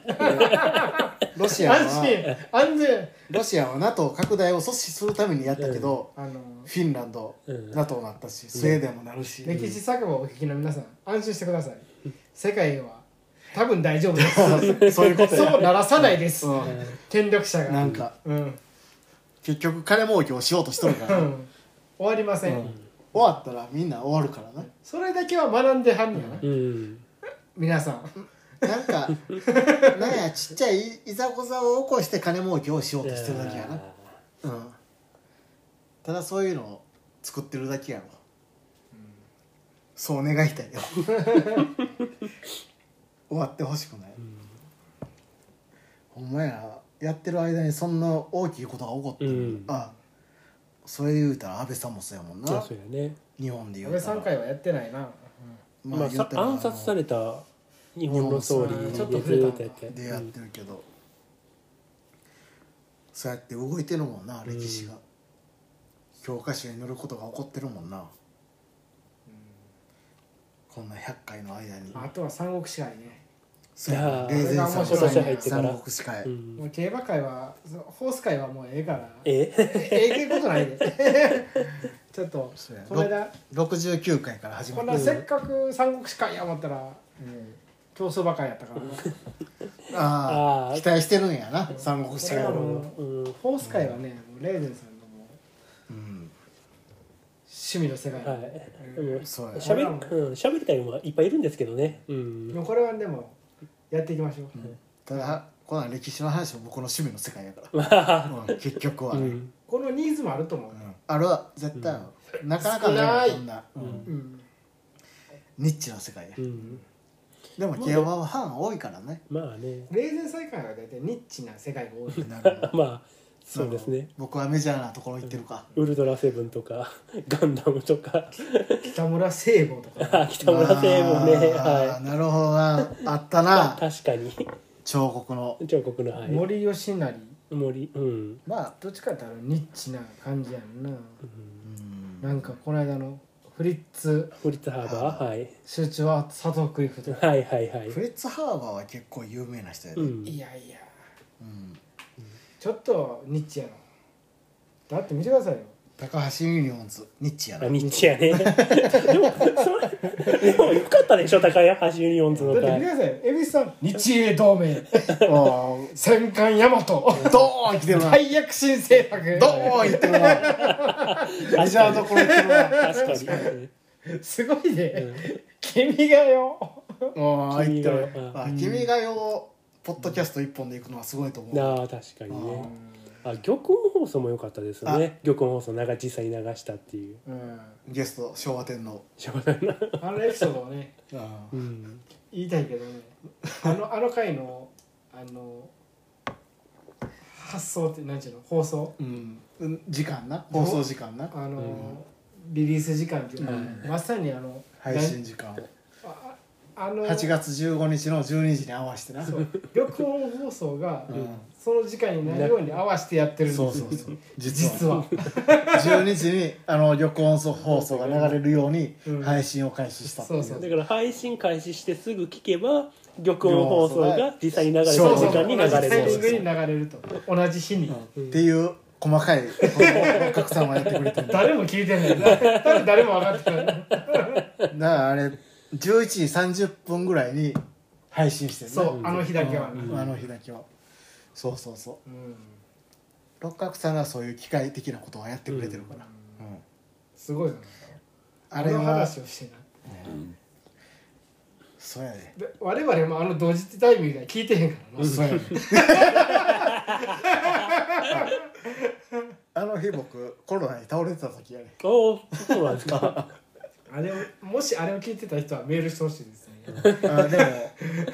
[SPEAKER 1] ロシア
[SPEAKER 2] 安
[SPEAKER 1] は
[SPEAKER 2] 心安全
[SPEAKER 1] ロシアは NATO 拡大を阻止するためにやったけど、
[SPEAKER 2] あの
[SPEAKER 1] フィンランド、
[SPEAKER 3] うん
[SPEAKER 1] NATO になったしスウェーデンもなるし、
[SPEAKER 2] 歴史作文をお聞きの皆さん安心してください世界は多分大丈夫です
[SPEAKER 1] そういうことや
[SPEAKER 2] そうならさないです、
[SPEAKER 1] うん
[SPEAKER 2] 権力者が
[SPEAKER 1] なんか
[SPEAKER 2] うん、うん、
[SPEAKER 1] 結局金儲けをしようとしとるから、
[SPEAKER 2] 終わりません、
[SPEAKER 1] 終わったらみんな終わるからな
[SPEAKER 2] それだけは学んではんねやな、
[SPEAKER 3] うん
[SPEAKER 2] 皆さん
[SPEAKER 1] なん かなんやちっちゃいいざこざを起こして金儲けをしようとしてるだけやな、うん、ただそういうのを作ってるだけやろ、そう願い たいよ終わってほしくない、ほんまやなやってる間にそんな大きいことが起こってる、
[SPEAKER 3] うん
[SPEAKER 1] あそれで言うたら安倍さんもそうやもん
[SPEAKER 3] あ
[SPEAKER 1] な
[SPEAKER 3] そうやね
[SPEAKER 1] 日本で言
[SPEAKER 2] 安
[SPEAKER 1] う
[SPEAKER 2] 倍
[SPEAKER 1] たら
[SPEAKER 2] さん会はやってないな、
[SPEAKER 1] まあ
[SPEAKER 3] まあ、
[SPEAKER 1] 言う
[SPEAKER 3] さ
[SPEAKER 1] たら
[SPEAKER 3] 暗殺された日本の総理
[SPEAKER 2] ちょっと
[SPEAKER 3] に
[SPEAKER 2] 触れた
[SPEAKER 3] とやって
[SPEAKER 1] でやってるけど、そうやって動いてるもんな歴史が、教科書に載ることが起こってるもんな、こんな100回の間に
[SPEAKER 2] あとは三国志会ね
[SPEAKER 1] そうやない
[SPEAKER 3] やー
[SPEAKER 1] 霊前三
[SPEAKER 2] 今年
[SPEAKER 1] 国
[SPEAKER 2] 入って
[SPEAKER 1] 志
[SPEAKER 3] から
[SPEAKER 1] 三国志会、
[SPEAKER 3] うん
[SPEAKER 2] もう競馬界はそのホース界はもうええからえ
[SPEAKER 3] え
[SPEAKER 2] えことないでちょっと
[SPEAKER 1] そうや
[SPEAKER 2] この間
[SPEAKER 1] 69回から始ま
[SPEAKER 2] こん
[SPEAKER 1] る
[SPEAKER 2] なせっかく三国志会や思ったら競争ばかりやったから
[SPEAKER 1] あ
[SPEAKER 3] あ
[SPEAKER 1] あ
[SPEAKER 3] ー
[SPEAKER 1] 期待してるんやな三国志
[SPEAKER 2] そ
[SPEAKER 1] 会
[SPEAKER 2] れは
[SPEAKER 1] を
[SPEAKER 2] もう
[SPEAKER 3] うん
[SPEAKER 2] ホース界はねもうレーゼンさんのも
[SPEAKER 1] う
[SPEAKER 2] う
[SPEAKER 1] ん
[SPEAKER 2] 趣味の世界、
[SPEAKER 3] はい
[SPEAKER 2] うん
[SPEAKER 3] うん
[SPEAKER 1] そうや
[SPEAKER 3] 喋るうん喋りたいのはいっぱいいるんですけどねうん
[SPEAKER 2] でもこれはでもやっていきましょう、
[SPEAKER 1] ただこの歴史の話は僕の趣味の世界やから、
[SPEAKER 3] う
[SPEAKER 1] うん結局はね、うん
[SPEAKER 3] ん
[SPEAKER 2] このニーズもあると思う、
[SPEAKER 1] あれは絶対ある、なかなか
[SPEAKER 2] 少な
[SPEAKER 1] ないいこんな、うん
[SPEAKER 3] うん
[SPEAKER 2] うん
[SPEAKER 1] ニッチな世界や、
[SPEAKER 3] うん
[SPEAKER 1] でも競馬はファン多いからね
[SPEAKER 3] まあね
[SPEAKER 2] 冷戦再開は大体ニッチな世界が多い
[SPEAKER 1] なるほど
[SPEAKER 3] まあ そうですね
[SPEAKER 1] 僕はメジャーなところ行ってるか、
[SPEAKER 3] ウルトラセブンとかガンダムとか
[SPEAKER 2] 北村聖母とか
[SPEAKER 3] あ北村聖もね
[SPEAKER 1] あー
[SPEAKER 3] は
[SPEAKER 1] なるほどなあった
[SPEAKER 3] い
[SPEAKER 1] な
[SPEAKER 3] 確かに
[SPEAKER 1] 彫刻の
[SPEAKER 3] 彫刻の はい
[SPEAKER 2] 森吉成
[SPEAKER 3] 森うん
[SPEAKER 1] まあ
[SPEAKER 2] どっちかってあのニッチな感じやんな、
[SPEAKER 3] うん
[SPEAKER 1] うん
[SPEAKER 2] なんかこの間のフリッツ
[SPEAKER 3] フリッツハーバーはい
[SPEAKER 2] 集中は佐藤クリフ とか
[SPEAKER 3] はいはいはい
[SPEAKER 1] フレッツ・ハーバーは結構有名な人やで、
[SPEAKER 3] う
[SPEAKER 1] うん
[SPEAKER 3] ん
[SPEAKER 2] いやいや
[SPEAKER 1] うん
[SPEAKER 2] ちょっとニッチやろだって見てくださいよ
[SPEAKER 1] 高橋ユニオンズニッチやな
[SPEAKER 3] あニッチやねでもそれでもよかったでしょ高橋ユニオンズの
[SPEAKER 2] だって見てく
[SPEAKER 3] 会
[SPEAKER 2] ださいよ蛭子さん日英同 盟
[SPEAKER 1] おー
[SPEAKER 2] 戦艦大和
[SPEAKER 1] ドーン来てるな
[SPEAKER 2] 大躍進政策
[SPEAKER 1] ドーン行ってるな メジャーどころ行ってるな
[SPEAKER 3] 確かにうん
[SPEAKER 2] すごいね、
[SPEAKER 3] うん
[SPEAKER 2] 君がよ
[SPEAKER 1] ああ言ってる
[SPEAKER 3] 君が
[SPEAKER 1] あ君が代をポッドキャスト一本で行くのはすごいと思う、
[SPEAKER 3] なあ確かにねあ玉音放送も良かったですよね玉音放送が実際に流したっていう
[SPEAKER 2] うん、
[SPEAKER 1] ゲスト昭和天皇
[SPEAKER 3] しょうがないな
[SPEAKER 2] あのエピソードをね
[SPEAKER 1] あ
[SPEAKER 3] う
[SPEAKER 1] ー
[SPEAKER 3] ん
[SPEAKER 2] 言いたいけどねあのあの回のあの発想って何ていうの放送
[SPEAKER 1] うん、うん時間な放送時間な
[SPEAKER 2] あの、
[SPEAKER 3] うん
[SPEAKER 2] リリース時間っていうのは、
[SPEAKER 3] うん
[SPEAKER 2] まさにあの
[SPEAKER 1] 配信時間
[SPEAKER 2] ああの
[SPEAKER 1] 8月15日の12時に合わせてな
[SPEAKER 2] そう緑音放送が、
[SPEAKER 1] うん
[SPEAKER 2] その時間になるように合わせてやってるんです
[SPEAKER 1] そ
[SPEAKER 2] よ
[SPEAKER 1] うそうそう
[SPEAKER 2] 実は
[SPEAKER 1] 12時にあの旅行放送が流れるように
[SPEAKER 2] うん
[SPEAKER 1] 配信を開始したってい
[SPEAKER 2] そう
[SPEAKER 3] だから配信開始してすぐ聞けば玉音放送が実際に流れた時
[SPEAKER 1] そうそう
[SPEAKER 3] 間に流
[SPEAKER 2] 同じタイ
[SPEAKER 3] れ
[SPEAKER 2] ミン
[SPEAKER 3] る
[SPEAKER 2] グに流れると同じ日に、
[SPEAKER 1] うんっていう細かいお客さんはやってくれ てるだか
[SPEAKER 2] 誰も聞いてないな多分誰も分かっ てない
[SPEAKER 1] らあれ11時30分ぐらいに配信してるね
[SPEAKER 2] そうあの日だけはな、
[SPEAKER 1] うんあの日だけはそうそうそう
[SPEAKER 2] うん
[SPEAKER 1] 六角さんがそういう機械的なことはやってくれてるから、うん
[SPEAKER 2] すごいよね
[SPEAKER 1] あれ
[SPEAKER 2] この
[SPEAKER 1] は
[SPEAKER 2] 話をしてな
[SPEAKER 1] そうやで、
[SPEAKER 2] で我々もあの同時タイミングでは聞いてへんからな、
[SPEAKER 1] そうやで あの日僕コロナに倒れてた時やね
[SPEAKER 3] おおそうなんですか
[SPEAKER 2] あれをもしあれを聞いてた人はメールしてほしいですね
[SPEAKER 1] あでも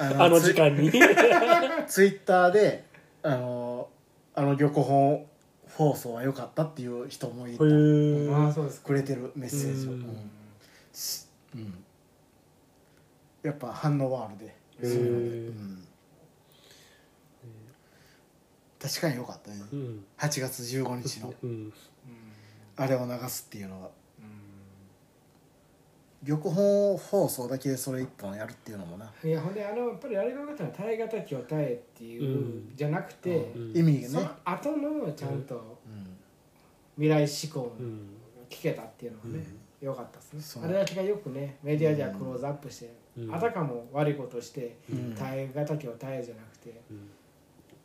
[SPEAKER 1] あの
[SPEAKER 3] あの時間に
[SPEAKER 1] ツイッターであのあの旅行本放送は良かったっていう人もいた
[SPEAKER 3] へー
[SPEAKER 2] ああそうですか
[SPEAKER 1] くれてるメッセージを、
[SPEAKER 3] う
[SPEAKER 1] うんんすうんやっぱ反応はあるで
[SPEAKER 3] へー
[SPEAKER 1] そういうのでうん確かに良かったね
[SPEAKER 3] うん
[SPEAKER 1] 8月15日の
[SPEAKER 3] うん
[SPEAKER 2] うん
[SPEAKER 1] あれを流すっていうのは
[SPEAKER 2] う
[SPEAKER 1] 玉本放送だけでそれ一本やるっていうのもな、
[SPEAKER 2] んいやほんであのやっぱりあれが良かったのは耐え難きを耐えっていう、
[SPEAKER 3] うん
[SPEAKER 2] じゃなくて、
[SPEAKER 3] ん
[SPEAKER 1] 意味
[SPEAKER 2] そ
[SPEAKER 1] がね
[SPEAKER 2] の、後のちゃんと
[SPEAKER 1] うん
[SPEAKER 2] 未来志向
[SPEAKER 3] う
[SPEAKER 2] の
[SPEAKER 3] ん
[SPEAKER 2] 聞けたっていうのはね、良かったです
[SPEAKER 1] そ
[SPEAKER 2] ね
[SPEAKER 1] う
[SPEAKER 2] あれだけがよくねメディアではクローズアップして、
[SPEAKER 3] うん
[SPEAKER 2] あたかも悪いことをして、
[SPEAKER 1] うん
[SPEAKER 2] 耐え難きを耐えじゃなくて、
[SPEAKER 3] うん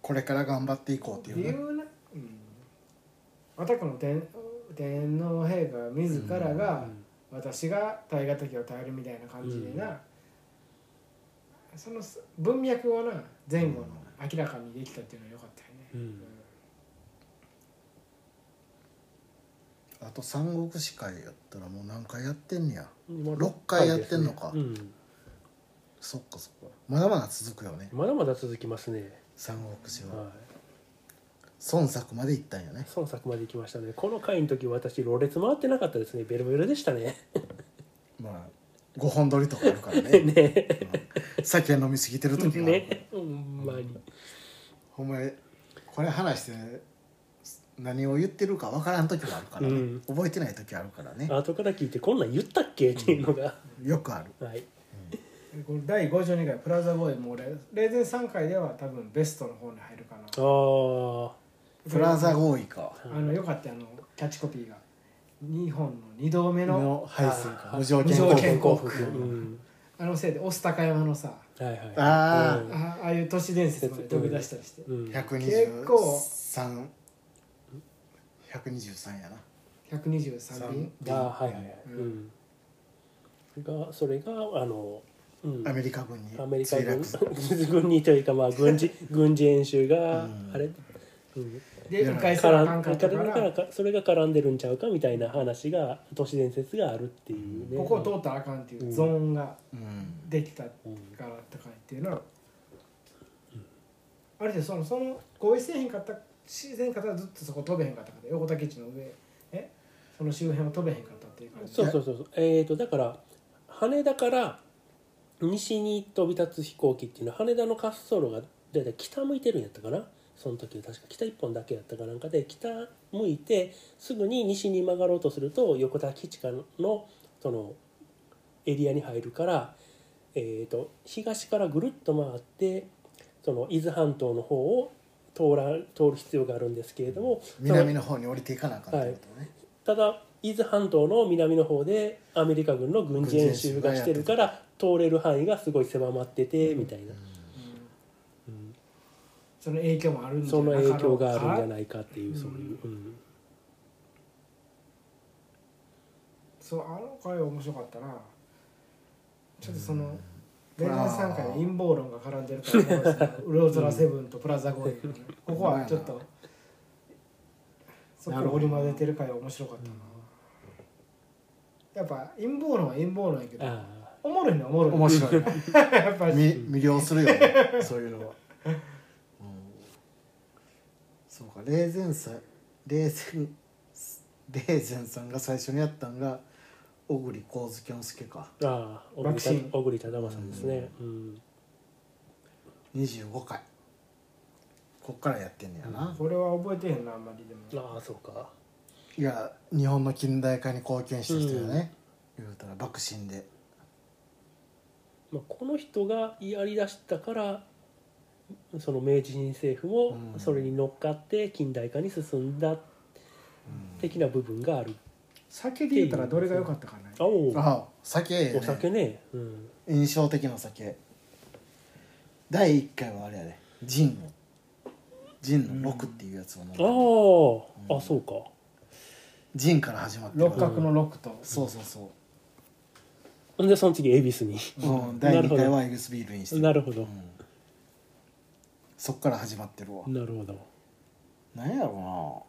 [SPEAKER 1] これから頑張っていこうっていう
[SPEAKER 2] 理
[SPEAKER 1] ね
[SPEAKER 2] 由な、うん、あたかも天天皇陛下自らが、私が耐え難きを耐えるみたいな感じでな、その文脈をな前後の明らかにできたっていうのは良かったよね、
[SPEAKER 3] うん
[SPEAKER 1] あと三国志会やったらもう何回やってんねや
[SPEAKER 3] 今
[SPEAKER 1] 六回やってんのか
[SPEAKER 3] ですね
[SPEAKER 1] そっかそっかまだまだ続くよね
[SPEAKER 3] うんまだまだ続きますね
[SPEAKER 1] 三国志は
[SPEAKER 3] は
[SPEAKER 1] 孫作まで行ったんやね
[SPEAKER 3] い孫作まで行きましたねこの回の時私ろれつ回ってなかったですねベルベルでしたね
[SPEAKER 1] まあ5本撮りとかあるからね
[SPEAKER 3] ね
[SPEAKER 1] うん酒飲みすぎてる時があるから
[SPEAKER 3] ねほんまに
[SPEAKER 1] ほんまにこれ話して何を言ってるかわからん時もあるからね、
[SPEAKER 3] うん
[SPEAKER 1] 覚えてない時あるからね
[SPEAKER 3] 後から聞いてこんなん言ったっけっていうのが、
[SPEAKER 1] よくある
[SPEAKER 3] はい
[SPEAKER 2] これ第52回プラザボーイも俺霊前3回では多分ベストの方に入るかな
[SPEAKER 3] ああ
[SPEAKER 1] プラザ合意か
[SPEAKER 2] あのよかったよあのキャッチコピーが日本の2度目の
[SPEAKER 1] の配水か
[SPEAKER 3] あー
[SPEAKER 1] 無条件
[SPEAKER 2] 無条
[SPEAKER 1] 幸
[SPEAKER 2] 件
[SPEAKER 1] 福
[SPEAKER 2] 幸福
[SPEAKER 3] うん
[SPEAKER 2] あのせいでオス高山のさ
[SPEAKER 3] はいはい
[SPEAKER 1] あー
[SPEAKER 2] あああいう都市伝説まで飛び出したりして
[SPEAKER 3] うん
[SPEAKER 1] 123
[SPEAKER 2] 構
[SPEAKER 1] 123やな
[SPEAKER 2] 123便
[SPEAKER 3] あはいはいはい、
[SPEAKER 2] う
[SPEAKER 3] うんがそれがあの、うん、
[SPEAKER 1] アメリカ軍に
[SPEAKER 3] アメリカ軍
[SPEAKER 1] 墜落
[SPEAKER 3] 軍にとい うかまあ軍事軍事演習が、
[SPEAKER 1] うん
[SPEAKER 3] あれ、うん、
[SPEAKER 2] で
[SPEAKER 1] うん
[SPEAKER 2] 迂回さなあか
[SPEAKER 3] 絡ん
[SPEAKER 2] んかったか
[SPEAKER 3] 絡んだから
[SPEAKER 2] ら
[SPEAKER 3] かそれが絡んでるんちゃうかみたいな話が都市伝説があるっていうね
[SPEAKER 2] ここを通ったらあかんっていうゾーンが
[SPEAKER 1] うん
[SPEAKER 2] できたからとかっていうのはあれでそのその合意せえへんかったしせえへんかったらずっとそこ飛べへんかったから横田基地の上えその周辺を飛べへんかったっていう感じ
[SPEAKER 3] そうそうそうそうえっ、とだから羽田から西に飛び立つ飛行機っていうのは羽田の滑走路がだいたい北向いてるんやったかなその時は確か北一本だけやったかなんかで北向いてすぐに西に曲がろうとすると横田基地からのそのエリアに入るから、えー、と東からぐるっと回ってその伊豆半島の方を通ら通る必要があるんですけれどもその
[SPEAKER 1] 南の方に降りていかなあかんってことね、
[SPEAKER 3] ただ伊豆半島の南の方でアメリカ軍の軍事演習がしてるから通れる範囲がすごい狭まっててみたいな、
[SPEAKER 2] うん
[SPEAKER 3] うん
[SPEAKER 2] その影響もあるんじゃ
[SPEAKER 3] そ
[SPEAKER 2] な
[SPEAKER 3] の
[SPEAKER 2] かろう
[SPEAKER 3] 影
[SPEAKER 2] か
[SPEAKER 3] 響があるんじゃないかっていうそういう、うん
[SPEAKER 2] そうあの回面白かったなちょっとその
[SPEAKER 1] うん
[SPEAKER 2] 連弾3回の陰謀論が絡んでるからウローズラセブンとプラザゴーイがねここはちょっとそこを織り交ぜてる回は面白かったな、やっぱ陰謀論は陰謀論やけど
[SPEAKER 3] あ
[SPEAKER 2] おもろいのはおもろい
[SPEAKER 1] 面白いな
[SPEAKER 2] やっぱり
[SPEAKER 1] み魅了するよねそういうのは、うんそうか霊前さん霊前霊前さんが最初にやったんが小栗光月之助か
[SPEAKER 3] ーあー
[SPEAKER 2] 爆心
[SPEAKER 3] 小栗忠さんですね、うん
[SPEAKER 1] 25回こっからやってんねやな、
[SPEAKER 2] これは覚えてへんなあんまりでも
[SPEAKER 3] ああそうか
[SPEAKER 1] いや日本の近代化に貢献した人よね、言うたら爆心で
[SPEAKER 3] まあ、この人がやりだしたからその明治新政府も
[SPEAKER 1] うん
[SPEAKER 3] それに乗っかって近代化に進んだ的な部分がある、
[SPEAKER 2] 酒で言ったらどれが良かったかね
[SPEAKER 3] あおう
[SPEAKER 1] あ酒やね
[SPEAKER 3] お酒ね、うん、
[SPEAKER 1] 印象的なお酒第1回はあれやでジンをジンの6っていうやつを飲ん
[SPEAKER 3] あ
[SPEAKER 1] だ、
[SPEAKER 3] あ、あそうか
[SPEAKER 1] ジンから始まってる
[SPEAKER 2] 六角の六と、
[SPEAKER 1] そうそうそ
[SPEAKER 3] ほんでその次恵比寿に
[SPEAKER 1] う、うん
[SPEAKER 3] ん
[SPEAKER 1] 第
[SPEAKER 3] なる
[SPEAKER 1] 2
[SPEAKER 3] ほど
[SPEAKER 1] 回はエグスビールにしてる
[SPEAKER 3] なるほど
[SPEAKER 1] うん、そっから始まってるわ、
[SPEAKER 3] なるほど
[SPEAKER 1] なんやろ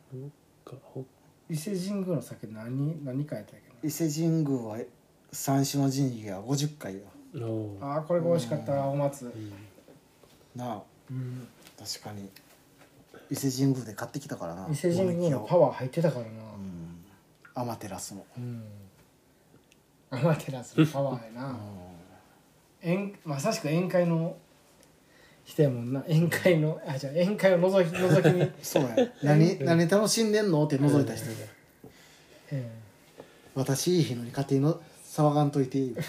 [SPEAKER 3] かほ
[SPEAKER 2] 伊勢神宮の酒何何回やったっけな
[SPEAKER 1] うな伊勢神宮は三種の神器が50回や
[SPEAKER 3] おう
[SPEAKER 2] ああこれが美味しかったなお松
[SPEAKER 3] うん
[SPEAKER 1] なあ
[SPEAKER 2] うん
[SPEAKER 1] 確かに伊勢神宮で買ってきたからな
[SPEAKER 2] 伊勢神宮のパ
[SPEAKER 1] ワ
[SPEAKER 2] ワー入ってたからな
[SPEAKER 1] うんアマテラスの、
[SPEAKER 2] うんアマテラスのパワーや な宴まさしく宴会の人やもんな宴会のあじゃあ宴会を覗き覗き に、
[SPEAKER 1] そう や何何楽しんでんのって覗いた人で
[SPEAKER 2] え
[SPEAKER 1] 私いい日のに家庭の騒がんといていいわ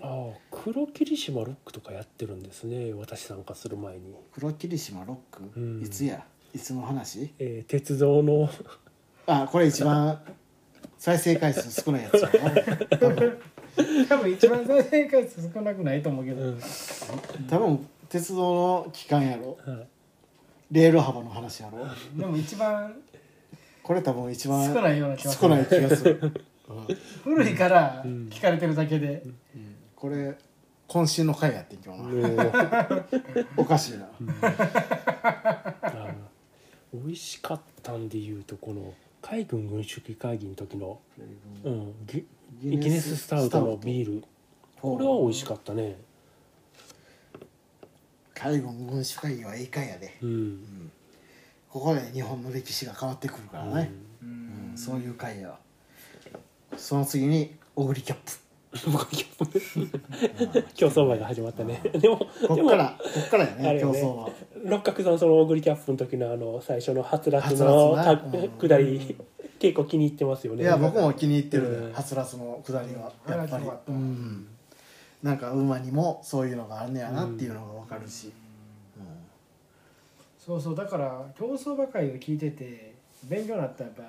[SPEAKER 3] ああ黒霧島ロックとかやってるんですね私参加する前に、
[SPEAKER 1] 黒霧島ロック、
[SPEAKER 3] うん
[SPEAKER 1] いつやいつの話
[SPEAKER 3] えー鉄道の
[SPEAKER 1] あこれ一番再生回数少ないやつやな 多分
[SPEAKER 2] え多分一番再生回数少なくないと思うけど、
[SPEAKER 3] うん
[SPEAKER 1] 多分鉄道の期間やろ
[SPEAKER 3] はい
[SPEAKER 1] レール幅の話やろ
[SPEAKER 2] でも一番
[SPEAKER 1] これ多分一番
[SPEAKER 2] 少ないような気がす
[SPEAKER 1] 少
[SPEAKER 2] る
[SPEAKER 1] ない気がする、うん
[SPEAKER 2] 古いから聞かれてるだけで、
[SPEAKER 1] うんこれ今週の回やってんけどな、
[SPEAKER 3] お う
[SPEAKER 1] おかしいな、
[SPEAKER 3] あ美味しかったんでいうとこの海軍軍縮会議の時の、うん、ギギネススタウトのビールこれは美味しかったね
[SPEAKER 1] 海軍軍主会議はいい会やで、
[SPEAKER 3] う、
[SPEAKER 1] うんんここで日本の歴史が変わってくるからね、
[SPEAKER 2] う
[SPEAKER 1] うん
[SPEAKER 2] ん
[SPEAKER 1] そういう会やその次に小栗キャップ
[SPEAKER 3] 競走馬が始まったね でも
[SPEAKER 1] こ
[SPEAKER 3] で
[SPEAKER 1] っか
[SPEAKER 3] も
[SPEAKER 1] らこっからや
[SPEAKER 3] あ
[SPEAKER 1] ね
[SPEAKER 3] れ
[SPEAKER 1] 競
[SPEAKER 3] よね
[SPEAKER 1] 争は
[SPEAKER 3] 六角さんそのオグリキャップの時のあの最初のはつらつの
[SPEAKER 1] はつら
[SPEAKER 3] た
[SPEAKER 1] つなうん
[SPEAKER 3] 下り結構気に入ってますよ
[SPEAKER 1] い
[SPEAKER 3] ね
[SPEAKER 1] や僕も気に入ってる
[SPEAKER 3] うん
[SPEAKER 1] ねはつらつの下りは
[SPEAKER 2] うん
[SPEAKER 1] やっぱり
[SPEAKER 2] あれはすごかった
[SPEAKER 1] うんなんか馬にもそういうのがあんねやなっていうのがわかるし
[SPEAKER 2] そうそうだから競走馬会を聞いてて勉強になったやっぱ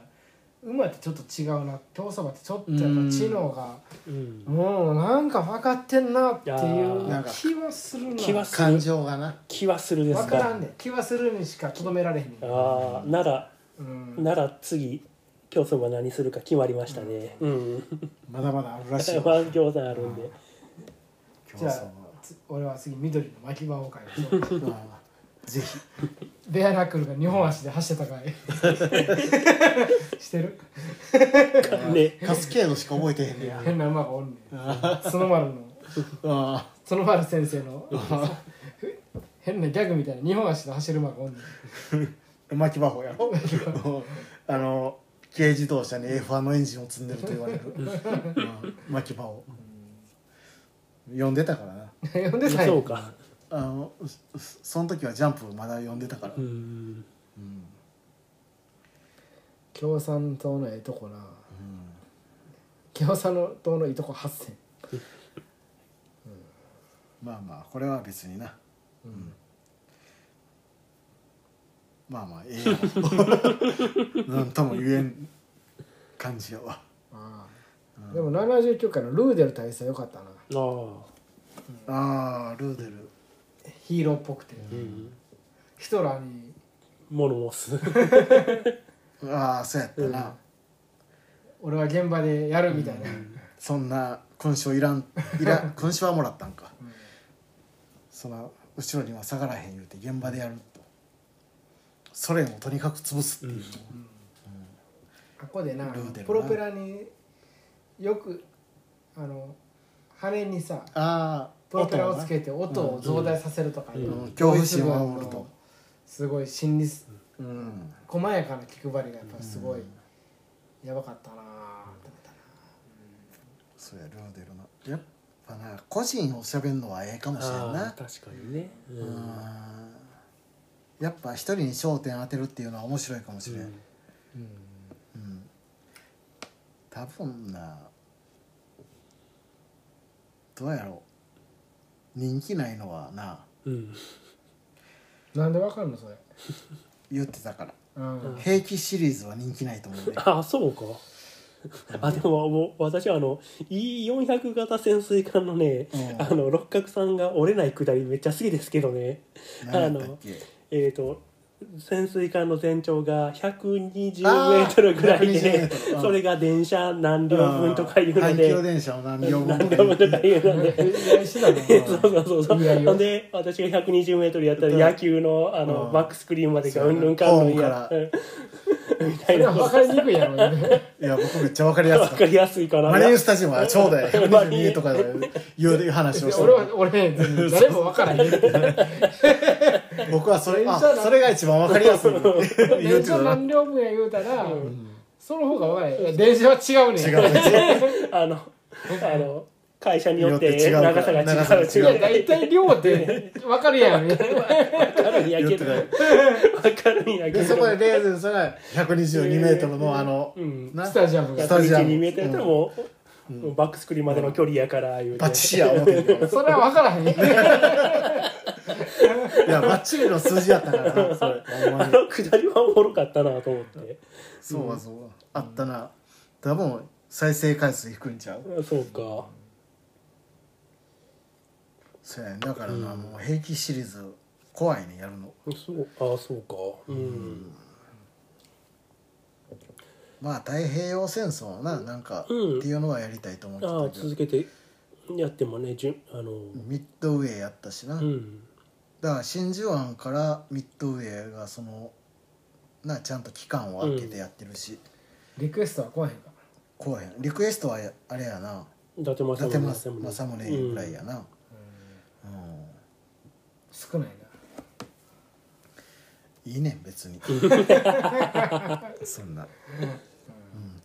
[SPEAKER 2] 馬ってちょっと違うな競走馬ってちょっとやっぱ知能が
[SPEAKER 3] うん
[SPEAKER 2] もうなんか分かってんなってい
[SPEAKER 3] いや
[SPEAKER 2] う
[SPEAKER 1] ー
[SPEAKER 2] 気はするな
[SPEAKER 3] 気はす
[SPEAKER 1] 感情がな
[SPEAKER 3] 気はするです
[SPEAKER 2] 分か
[SPEAKER 3] から
[SPEAKER 2] んねん気はするにしかとどめられへんねん
[SPEAKER 3] ああなら
[SPEAKER 2] うん
[SPEAKER 3] なら次競争馬何するか決まりましたねうん
[SPEAKER 1] まだまだあるらしいわ
[SPEAKER 3] ワン餃子あるんで
[SPEAKER 1] 競
[SPEAKER 2] じゃ
[SPEAKER 1] 争
[SPEAKER 2] あ
[SPEAKER 1] は
[SPEAKER 2] つ俺は次緑の巻き場を買いましょ う
[SPEAKER 1] うんぜひ
[SPEAKER 2] ベアナックルが2本足で走ってたか いしてる
[SPEAKER 3] ね
[SPEAKER 1] カスケードしか覚えてへんね や
[SPEAKER 2] 変な馬がおんねんその丸の
[SPEAKER 1] あ
[SPEAKER 2] その丸先生の変なギャグみたいな2本足で走る馬がおんねん
[SPEAKER 1] あ巻き馬法や ろあの軽自動車に F1 のエンジンを積んでると言われる、うん、巻き馬を呼んでたからな
[SPEAKER 2] 読んでたんや
[SPEAKER 3] そうか
[SPEAKER 1] あのううその時はジャンプまだ読んでたから、
[SPEAKER 3] うん
[SPEAKER 2] 共産党のええとこな、共産党のいいとこ8選
[SPEAKER 1] まあまあこれは別にな、うんまあまあええや ろなんとも言えん感じやわ
[SPEAKER 2] ああでも79回のルーデル大佐よかったな
[SPEAKER 3] ああ
[SPEAKER 1] あールーデル
[SPEAKER 2] ヒーローっぽくて、
[SPEAKER 3] うん
[SPEAKER 2] ヒトラーに
[SPEAKER 3] モノ申す
[SPEAKER 1] ああそうやったな、
[SPEAKER 2] 俺は現場でやるみたいな、
[SPEAKER 1] そんな勲章いらんいら ん勲章はもらったんか、その後ろには下がらへん言うて現場でやるとソ連をとにかく潰すっていう、
[SPEAKER 2] ここでな
[SPEAKER 1] ルーデルな
[SPEAKER 2] プロペラによくあの羽にさ
[SPEAKER 1] ああ
[SPEAKER 2] プロペラをつけて音を増大させるとかいううん
[SPEAKER 1] 恐怖心を煽ると
[SPEAKER 2] すごい心理す
[SPEAKER 1] うん
[SPEAKER 2] 細やかな気配りがやっぱすごいやばかったなあって思ったな
[SPEAKER 1] そうやルーデルのやっぱな個人をしゃべるのはええかもしれん
[SPEAKER 3] あ
[SPEAKER 1] な
[SPEAKER 3] あ確かにねう
[SPEAKER 1] うん
[SPEAKER 3] ん
[SPEAKER 1] やっぱ一人に焦点当てるっていうのは面白いかもしれん、
[SPEAKER 3] うん
[SPEAKER 1] うん多分などうやろう人気ないのはな
[SPEAKER 3] うん
[SPEAKER 2] なんでわかるのそれ、
[SPEAKER 1] 言ってたから
[SPEAKER 2] うん
[SPEAKER 3] うん
[SPEAKER 1] 平気シリーズは人気ないと思うね
[SPEAKER 3] あそうかあでももう私はあの E400 型潜水艦のね、
[SPEAKER 1] うん
[SPEAKER 3] あの六角さんが折れないくだりめっちゃ好きですけどね
[SPEAKER 1] 何やったっけ
[SPEAKER 3] えっ、と潜水艦の全長が120
[SPEAKER 1] あー
[SPEAKER 3] メートルぐらいで
[SPEAKER 1] 120うん
[SPEAKER 3] それが電車何両分とかいうの
[SPEAKER 1] 阪急
[SPEAKER 3] で
[SPEAKER 1] 電車を何両分
[SPEAKER 3] 何
[SPEAKER 1] と
[SPEAKER 3] 両
[SPEAKER 1] か
[SPEAKER 3] 分とかいうので
[SPEAKER 2] やりしてたの
[SPEAKER 3] そうそうそうそう
[SPEAKER 2] いやいや
[SPEAKER 3] ほんで私が 120m やったら野球のあの、
[SPEAKER 1] うん
[SPEAKER 3] バックスクリーンまでがうんぬんかんぬんや
[SPEAKER 1] ホー
[SPEAKER 3] みた
[SPEAKER 2] そ
[SPEAKER 3] い
[SPEAKER 2] れ
[SPEAKER 3] な
[SPEAKER 2] は分かりにくいやろね
[SPEAKER 1] いや僕めっちゃ分かりやすか
[SPEAKER 3] 分
[SPEAKER 1] っ
[SPEAKER 3] か
[SPEAKER 1] た
[SPEAKER 3] りやすいかな
[SPEAKER 1] マリンスタジオはちょうだい
[SPEAKER 3] マリン
[SPEAKER 1] 122とかでいう話をして
[SPEAKER 2] 俺は俺誰も分からへん
[SPEAKER 1] 僕はそれ
[SPEAKER 2] 電
[SPEAKER 1] あ
[SPEAKER 2] 車だ
[SPEAKER 1] それが一番分かりやすい言う
[SPEAKER 2] 電
[SPEAKER 1] て
[SPEAKER 2] 車
[SPEAKER 1] たな
[SPEAKER 2] 何両分や言うたら、その方が分からへんいや電車は違うねん
[SPEAKER 1] 違うね
[SPEAKER 3] あの、あの、会社によって
[SPEAKER 1] よって違うから
[SPEAKER 3] 長さが違
[SPEAKER 1] 長さが
[SPEAKER 3] う
[SPEAKER 1] 違
[SPEAKER 3] 違。
[SPEAKER 2] いうや大体量って分かるやんみたいな
[SPEAKER 3] わかるんや
[SPEAKER 1] 言
[SPEAKER 3] け
[SPEAKER 1] って
[SPEAKER 3] ど。
[SPEAKER 1] た
[SPEAKER 3] わ
[SPEAKER 1] よ
[SPEAKER 3] かるんやけど。
[SPEAKER 1] でそこでレーズンさんが122メートルのあの、
[SPEAKER 3] うん。
[SPEAKER 1] な
[SPEAKER 2] スタジアム
[SPEAKER 1] ス
[SPEAKER 2] が
[SPEAKER 1] タジアム
[SPEAKER 3] 1 2メートルやったらもう、もうバックスクリーンまでの距離やから、言うて。
[SPEAKER 1] バッチリや思ってる
[SPEAKER 2] それは分からへんね
[SPEAKER 1] いやバッチリの数字やったからなそれほんま
[SPEAKER 3] あ
[SPEAKER 1] に
[SPEAKER 3] の下りはおもろかったなと思って。
[SPEAKER 1] そうはそう、あったな多分再生回数低いんちゃう
[SPEAKER 3] そうか。
[SPEAKER 1] そうやねだからな、もう平気シリーズ怖いねやるの
[SPEAKER 3] そう、ああ、そうか。うん。
[SPEAKER 1] まあ太平洋戦争はななんか、
[SPEAKER 3] うん
[SPEAKER 1] っていうのはやりたいと思って
[SPEAKER 3] ああ、
[SPEAKER 1] たけど
[SPEAKER 3] 続けてやってもね、じゅんあの、
[SPEAKER 1] ミッドウェーやったしな、
[SPEAKER 3] うん。
[SPEAKER 1] だから真珠湾からミッドウェーがそのなちゃんと期間を空けてやってるし、
[SPEAKER 2] リクエストは来へんか
[SPEAKER 1] こうへんリクエストはやあれやな
[SPEAKER 3] 伊達政
[SPEAKER 1] 伊達政
[SPEAKER 3] 宗。
[SPEAKER 1] 宗ぐらいやな、
[SPEAKER 2] 少ない
[SPEAKER 1] うんいいねん別にそんな、うん、